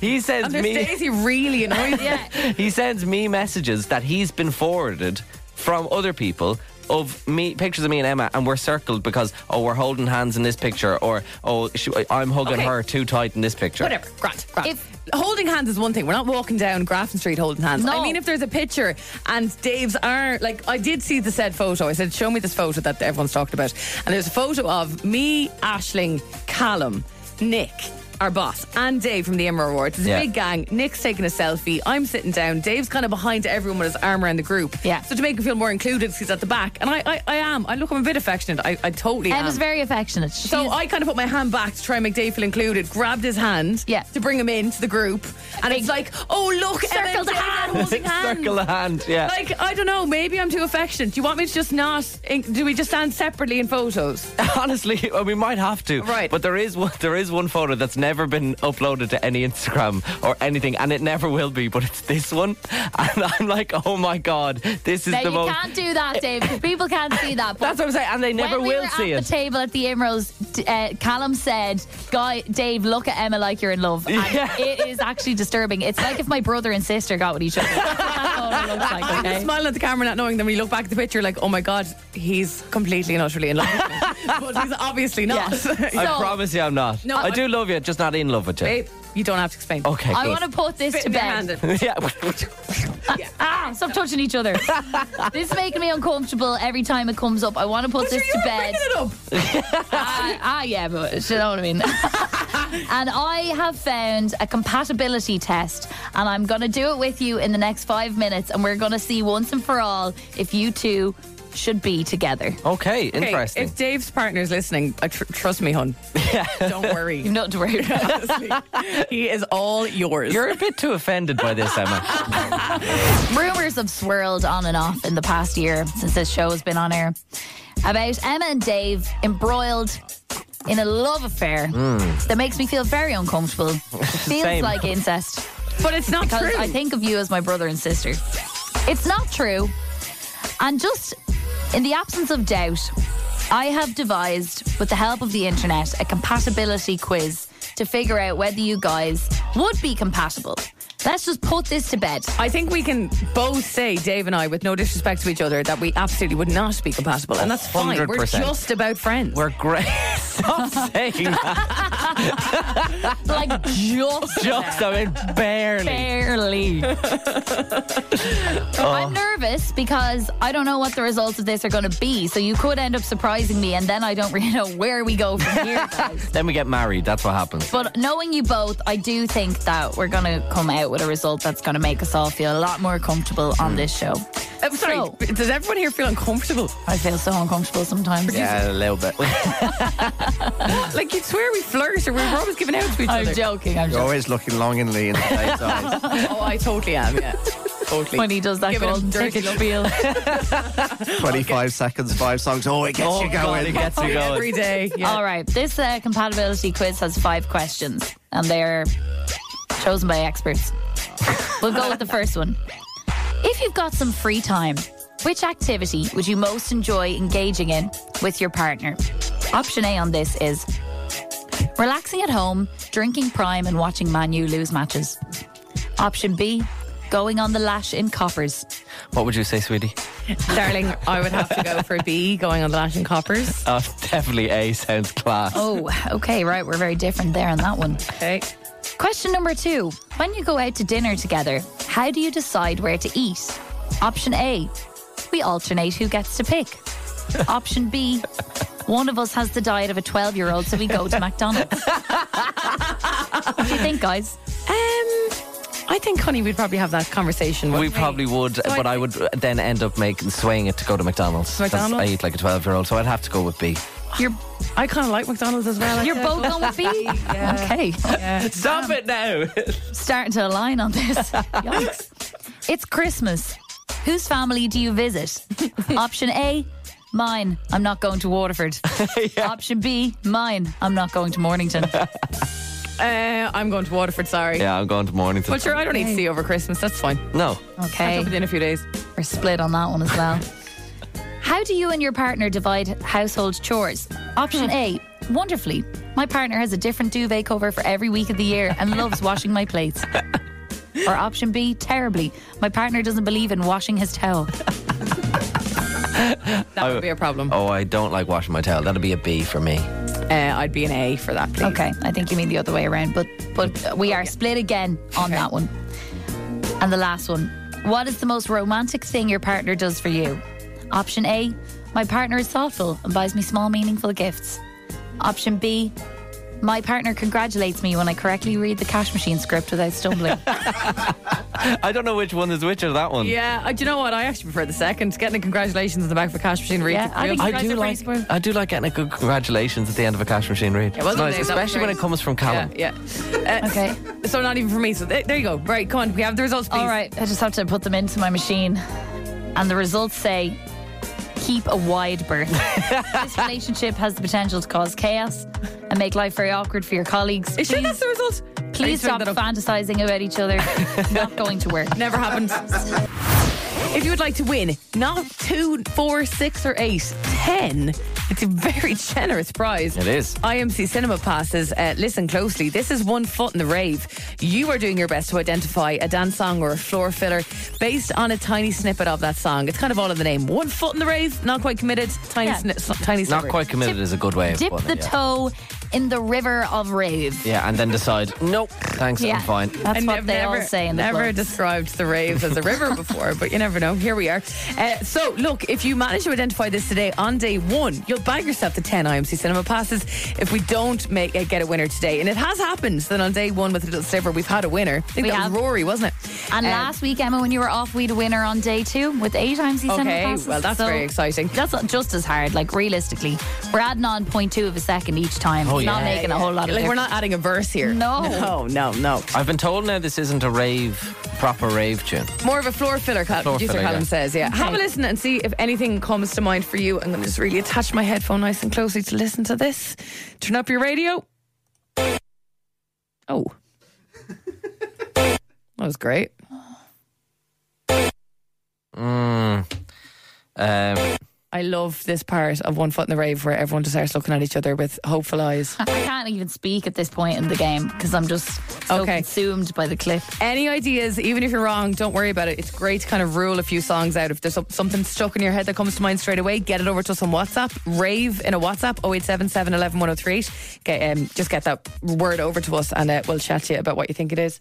he sends
And there's
me.
days he really annoys me.
he sends me messages that he's been forwarded from other people of me pictures of me and Emma and we're circled because oh we're holding hands in this picture or oh sh I'm hugging
Okay.
her too tight in this picture
Whatever, Grant. Grant. holding hands is one thing. We're not walking down Grafton Street holding hands. I mean, if there's a picture and Dave's arm, like I did see the said photo. I said, "Show me this photo that everyone's talked about." And there's a photo of me, Ashling, Callum, Nick. Our boss and Dave from the Emma Awards. It's a
Yeah.
big gang. Nick's taking a selfie. I'm sitting down. Dave's kind of behind everyone with his arm around the group. Yeah. So to make him feel more included, he's at the back. And I, I, I am. I look, I'm a bit affectionate. I, I totally am.
Emma's very affectionate.
So I kind of put my hand back to try and make Dave feel included, grabbed his hand yeah. to bring him into the group. And it's like, oh, look, Emma and
Circled
Dave are holding hands.
circle the hand yeah
Like, I don't know, maybe I'm too affectionate. Do you want me to just not, in- do we just stand separately in photos?
honestly well, we might have to right but there is one there is one photo that's never been uploaded to any Instagram or anything and it never will be but it's this one and I'm like oh my god this is
Now,
the
you
most
can't do that, Dave. 'cause People can't see that. That's
what I'm saying, and they never
when we
will
were
see
at
it.
The table at the Emeralds, d- uh, Callum said, "Guy, Dave, look at Emma like you're in love." And it is actually disturbing. It's like if my brother and sister got with each other. That's what it looks like,
I'm
okay?
just smiling at the camera, not knowing. Then we look back at the picture, like, oh my god, he's completely and utterly in love. with me. but he's obviously not.
I promise you I'm not
No,
I
I'm-
do love you just not in love with you
babe, you don't have to explain.
Okay,
I
good.
want to put this
Spit
to
in your
bed.
yeah.
Ah, stop touching each other. this is making me uncomfortable every time it comes up. I want to put this to bed. ah, ah, yeah, but you know what I mean. and I have found a compatibility test, and I'm going to do it with you in the next five minutes, and we're going to see once and for all if you two should be together.
Okay,
Okay, If Dave's partner's listening, uh, tr- trust me, hon. Don't worry. You've
not to worry.
Honestly, he is all yours.
You're a bit too offended by this, Emma.
Rumors have swirled on and off in the past year since this show has been on air about Emma and Dave embroiled in a love affair
Mm.
that makes me feel very uncomfortable. It feels
Same.
like incest.
But it's not
because
true.
I think of you as my brother and sister. It's not true. And just in the absence of doubt, I have devised, with the help of the internet, a compatibility quiz to figure out whether you guys would be compatible. Let's just put this to bed.
I think we can both say, Dave and I, with no disrespect to each other, that we absolutely would not be compatible. And that's fine. we are
100%.
just about friends.
We're great. Stop saying that.
like just.
Just, I mean, barely.
Barely.
Oh,
I'm nervous because I don't know what the results of this are going to be. So you could end up surprising me, and then I don't really know where we go from here.
Then we get married. That's what happens.
But knowing you both, I do think that we're going to come out with a result that's going to make us all feel a lot more comfortable on this show.
I'm sorry. does everyone here feel uncomfortable?
I feel so uncomfortable sometimes.
Yeah, a little bit.
like you'd swear we flirt or we were always giving out to each
I'm
other.
joking.
You're
I'm joking.
always looking longingly into Dave's eyes.
oh, I totally am. Yeah. Totally.
When he does that
Giving him
golden
dirty
ticket
look.
spiel.
25 seconds, five songs. Oh, it gets
Oh,
you
God,
going.
it gets you going. Every
day.
All right. This uh, compatibility quiz has five questions, and they're chosen by experts. We'll go with the first one. If you've got some free time, which activity would you most enjoy engaging in with your partner? Option A on this is relaxing at home, drinking prime, and watching Manu lose matches. Option B, going on the lash in coppers.
What would you say, sweetie?
Darling, I would have to go for B, going on the Lash and Coppers.
Oh, definitely A sounds class.
Oh, okay, right. We're very different there on that one.
Okay.
Question number two When you go out to dinner together, how do you decide where to eat? Option A, we alternate who gets to pick. Option B, one of us has the diet of a 12 year old, so we go to McDonald's. what do you think, guys?
Um, I think, honey, we'd probably have that conversation.
We
wouldn't
probably would, but I, would then end up making swaying it to go to McDonald's. 'Cause
McDonald's?
I eat like a twelve-year-old, so I'd have to go with B.
You're, I kind of like McDonald's as well.
You're both going with B? Okay.
Uh,
Stop it now.
Starting to align on this. Yikes. It's Christmas. Whose family do you visit? Option A, mine. I'm not going to Waterford. Option B, mine. I'm not going to Mornington.
Uh, I'm going to Waterford, sorry.
yeah, I'm going to Mornington.
But sure, I don't need to see you over Christmas. That's fine.
No.
Okay.
Catch up with you in a few days.
We're split on that one as well. How do you and your partner divide household chores? Option A, wonderfully. My partner has a different duvet cover for every week of the year and loves washing my plates. Or option B, terribly. My partner doesn't believe in washing his towel.
That would be a problem. Oh, I don't like washing my towel. That'd be a B for me.
Uh, I'd be an A for that, please. Okay, I think you mean the other way around, but but we are split again on that one. And the last one. What is the most romantic thing your partner does for you? Option A, my partner is thoughtful and buys me small, meaningful gifts. Option B, my partner congratulates me when I correctly read the cash machine script without stumbling.
I don't know which one is which or that one.
Yeah, uh, do you know what? I actually prefer the second. Getting a congratulations in the back of a cash machine read.
Yeah, I think you I guys do are pretty like- I do like getting a good congratulations at the end of a cash machine read.
Yeah, well
It's
done,
nice,
Dave, that was
especially when
great.
it comes from Callum.
Yeah. yeah. Uh,
okay.
So not even for me. So th- there you go. Right, come on. We have the results. Please.
All right, I just have to put them into my machine. And the results say keep a wide berth. this relationship has the potential to cause chaos and make life very awkward for your colleagues. Is
sure that's the result? Are you
Please
turning
stop fantasizing about each other. Not going to work.
Never happened. If you would like to win, not two, four, six, or eight, ten. It's a very generous prize.
It is.
IMC Cinema Passes. Uh, listen closely. This is One Foot in the Rave. You are doing your best to identify a dance song or a floor filler based on a tiny snippet of that song. It's kind of all in the name. One Foot in the Rave, not quite committed, tiny,
Yeah.
sni- s- tiny
Not
snippet.
quite committed is a good way of
Dip
putting
the
it. yeah.
toe in the river of rave.
Yeah, and then decide, nope, thanks,
Yeah.
I'm fine.
That's
And
what
I've
they
never,
all say in the
never
clubs.
described the rave as a river before, but you never know. Here we are. Uh, so, look, if you manage to identify this today on day one, you'll bag yourself the 10 IMC Cinema Passes if we don't make uh, get a winner today. And it has happened that on day one with a little sliver, we've had a winner. I think
We
that
have.
was Rory, wasn't it?
And
Um,
last week, Emma, when you were off, we had a winner on day two with eight IMC Cinema
Okay,
passes.
well, that's very exciting.
That's not just as hard. Like, realistically, we're adding on 0.2 of a second each time.
Oh,
it's not
yeah.
making a whole lot of
Like,
difference.
we're not adding a verse here.
No.
No, no, no.
I've been told now this isn't a rave, proper rave tune.
More of a floor filler, Cal-
Floor
producer
filler,
Callum
yeah.
says. Yeah, have a listen and see if anything comes to mind for you. I'm going to just really attach my headphone nice and closely to listen to this. Turn up your radio. Oh, that was great.
Mm. Um,
I love this part of One Foot in the Rave where everyone just starts looking at each other with hopeful eyes.
I can't even speak at this point in the game because I'm just so consumed by the clip.
Any ideas, even if you're wrong, don't worry about it. It's great to kind of rule a few songs out. If there's some- something stuck in your head that comes to mind straight away, get it over to us on WhatsApp. Rave in a WhatsApp 0877 11 1038. Get, um, just get that word over to us and uh, we'll chat to you about what you think it is.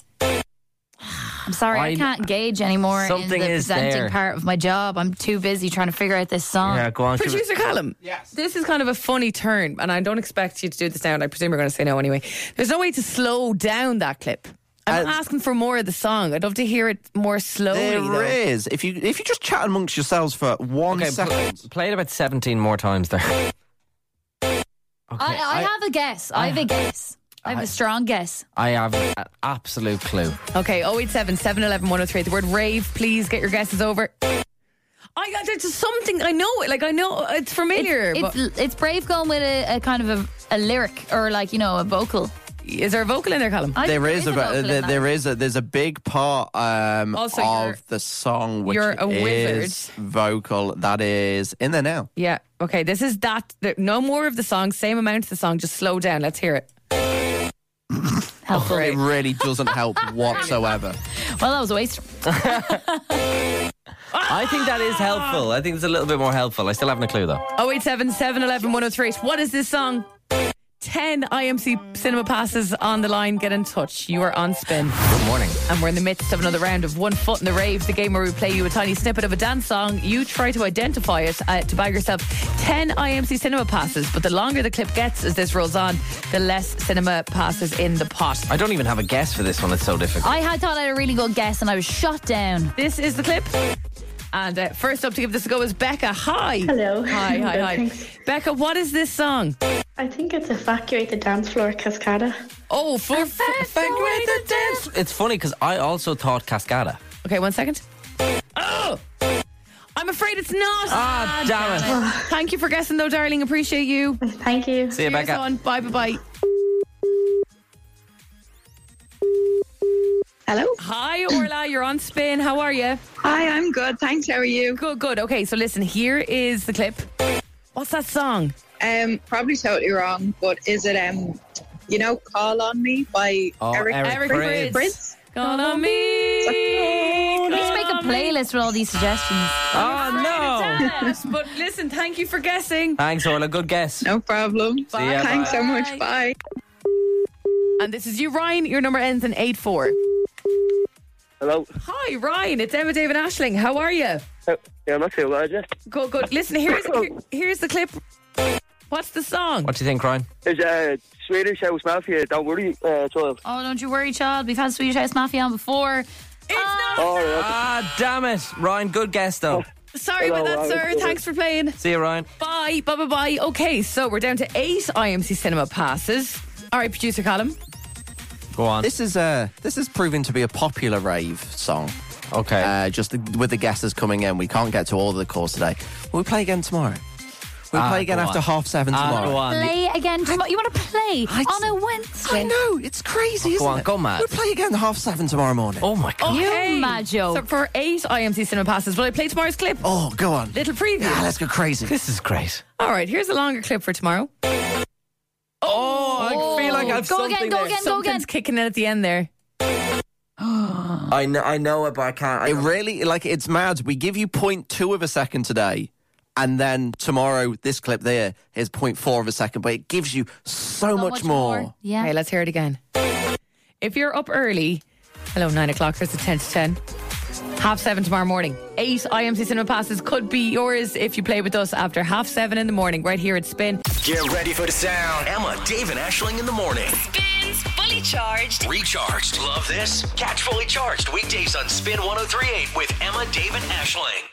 I'm sorry, I,
I-
can't gauge anymore
Something
in the
is
presenting
there.
part of my job. I'm too busy trying to figure out this song.
Yeah, go on, give it-
Producer Callum. Yes. This is kind of a funny turn, and I don't expect you to do this now, and I presume you're going to say no anyway. There's no way to slow down that clip. I'm asking for more of the song. I'd love to hear it more slowly.
There is.
though.
If you if you just chat amongst yourselves for one
okay,
second.
pl- play it about 17 more times there.
I, I, have a guess. I have a guess. I
Uh-huh.
have a strong guess.
I have an absolute clue.
Okay, 087 711 103. The word rave, please get your guesses over. I got there's just something I know it. Like I know uh, it's familiar.
It's,
but
it's brave going with a, a kind of a, a lyric or like you know a vocal.
is there a vocal in there, Colin?
there is, a,
vocal in
there,
that.
there is a there's a big part um,
Also, you're-
of the song which
you're a wizard.
is vocal that is in there now.
yeah. Okay. This is that. th- No more of the song. Same amount of the song. Just slow down. Let's hear it.
Helpful.
It really doesn't help whatsoever.
Well, that was a waste.
I think that is helpful. I think it's a little bit more helpful. I still haven't a clue though.
087 711 103. What is this song? 10 IMC cinema passes on the line. Get in touch. You are on spin.
Good morning.
And we're in the midst of another round of One Foot in the Rave, the game where we play you a tiny snippet of a dance song. You try to identify it uh, to buy yourself 10 IMC cinema passes. But the longer the clip gets as this rolls on, the less cinema passes in the pot.
I don't even have a guess for this one. It's so difficult.
I had thought I had a really good guess and I was shot down.
This is the clip. And uh, first up to give this a go is Becca. Hi.
Hello.
Hi, hi,
Hello,
hi.
thanks.
Becca, what is this song?
I think it's Evacuate the Dance Floor Cascada.
Oh, for f- the dance.
It's funny because I also thought Cascada.
Okay, one second. Oh! I'm afraid it's not.
Ah, damn it.
Thank you for guessing, though, darling. Appreciate you.
Oh. Thank you.
See you,
Cheers
Becca.
on. Bye, bye, bye.
Hello.
Hi, Orla. You're on spin. How are you?
Hi, I'm good. Thanks. How are you?
Good, good. Okay, so listen, here is the clip. What's that song?
Um, probably totally wrong, but is it um, you know, call on me by
Oh,
Eric,
Eric Eric Prince. Prince.
Call
on
me.
Let's make a playlist with all these suggestions.
Oh, no.
but listen, thank you for guessing.
Thanks, Ola. Good guess.
No problem.
See ya,
Thanks
bye.
so much. Bye.
And this is you, Ryan. Your number ends in 8 4.
Hello.
Hi, Ryan. It's Emma David Ashling. How are you?
Uh, Yeah, I'm actually glad, yeah.
Good, good. Listen, here's, here, here's the clip. What's the song?
What do you think, Ryan?
It's uh, Swedish House Mafia, don't worry, uh, child.
Oh, don't you worry, child. We've had Swedish House Mafia on before.
Oh, yeah.
Ah, damn it. Ryan, good guess, though.
Sorry about that, sir. Thanks for playing.
See you, Ryan.
Bye, bye, bye, bye. Okay, so we're down to eight IMC Cinema passes. All right, producer Colin.
Go on.
This is uh, this is proving to be a popular rave song.
Okay.
Uh, just with the guesses coming in, we can't get to all of the calls today. We'll play again tomorrow. We'll
Ah,
play again
go
after
on.
half seven
Ah,
tomorrow.
go on.
Play again tomorrow. You want to play on a Wednesday? I
know. It's crazy,
Oh, Go
isn't
on,
it?
go mad.
We'll play again half seven tomorrow morning.
Oh my
Okay.
You majo.
So for eight IMC Cinema passes, will I play tomorrow's clip?
Oh, go on.
Little preview.
Yeah, Ah, let's go crazy.
This is great.
All right, here's a longer clip for tomorrow.
Oh, I feel like I've
Go again,
something
go
there.
again, go
Something's kicking in at the end there.
I know, I know it, but I can't. it really, like, it's mad. We give you 0.2 of a second today, and then tomorrow, this clip there is 0.4 of a second, but it gives you so, much, more.
Yeah.
Okay, let's hear it again. If you're up early, hello, nine o'clock, there's a 10 to 10. Half seven tomorrow morning. Eight IMC Cinema passes could be yours if you play with us after half seven in the morning, right here at Spin.
Get ready for the sound. Emma, Dave, and Ashling in the morning.
Spins Fully Charged.
oh Recharged. Love this? Catch fully charged weekdays on Spin 1038 with Emma, Dave, and Ashling.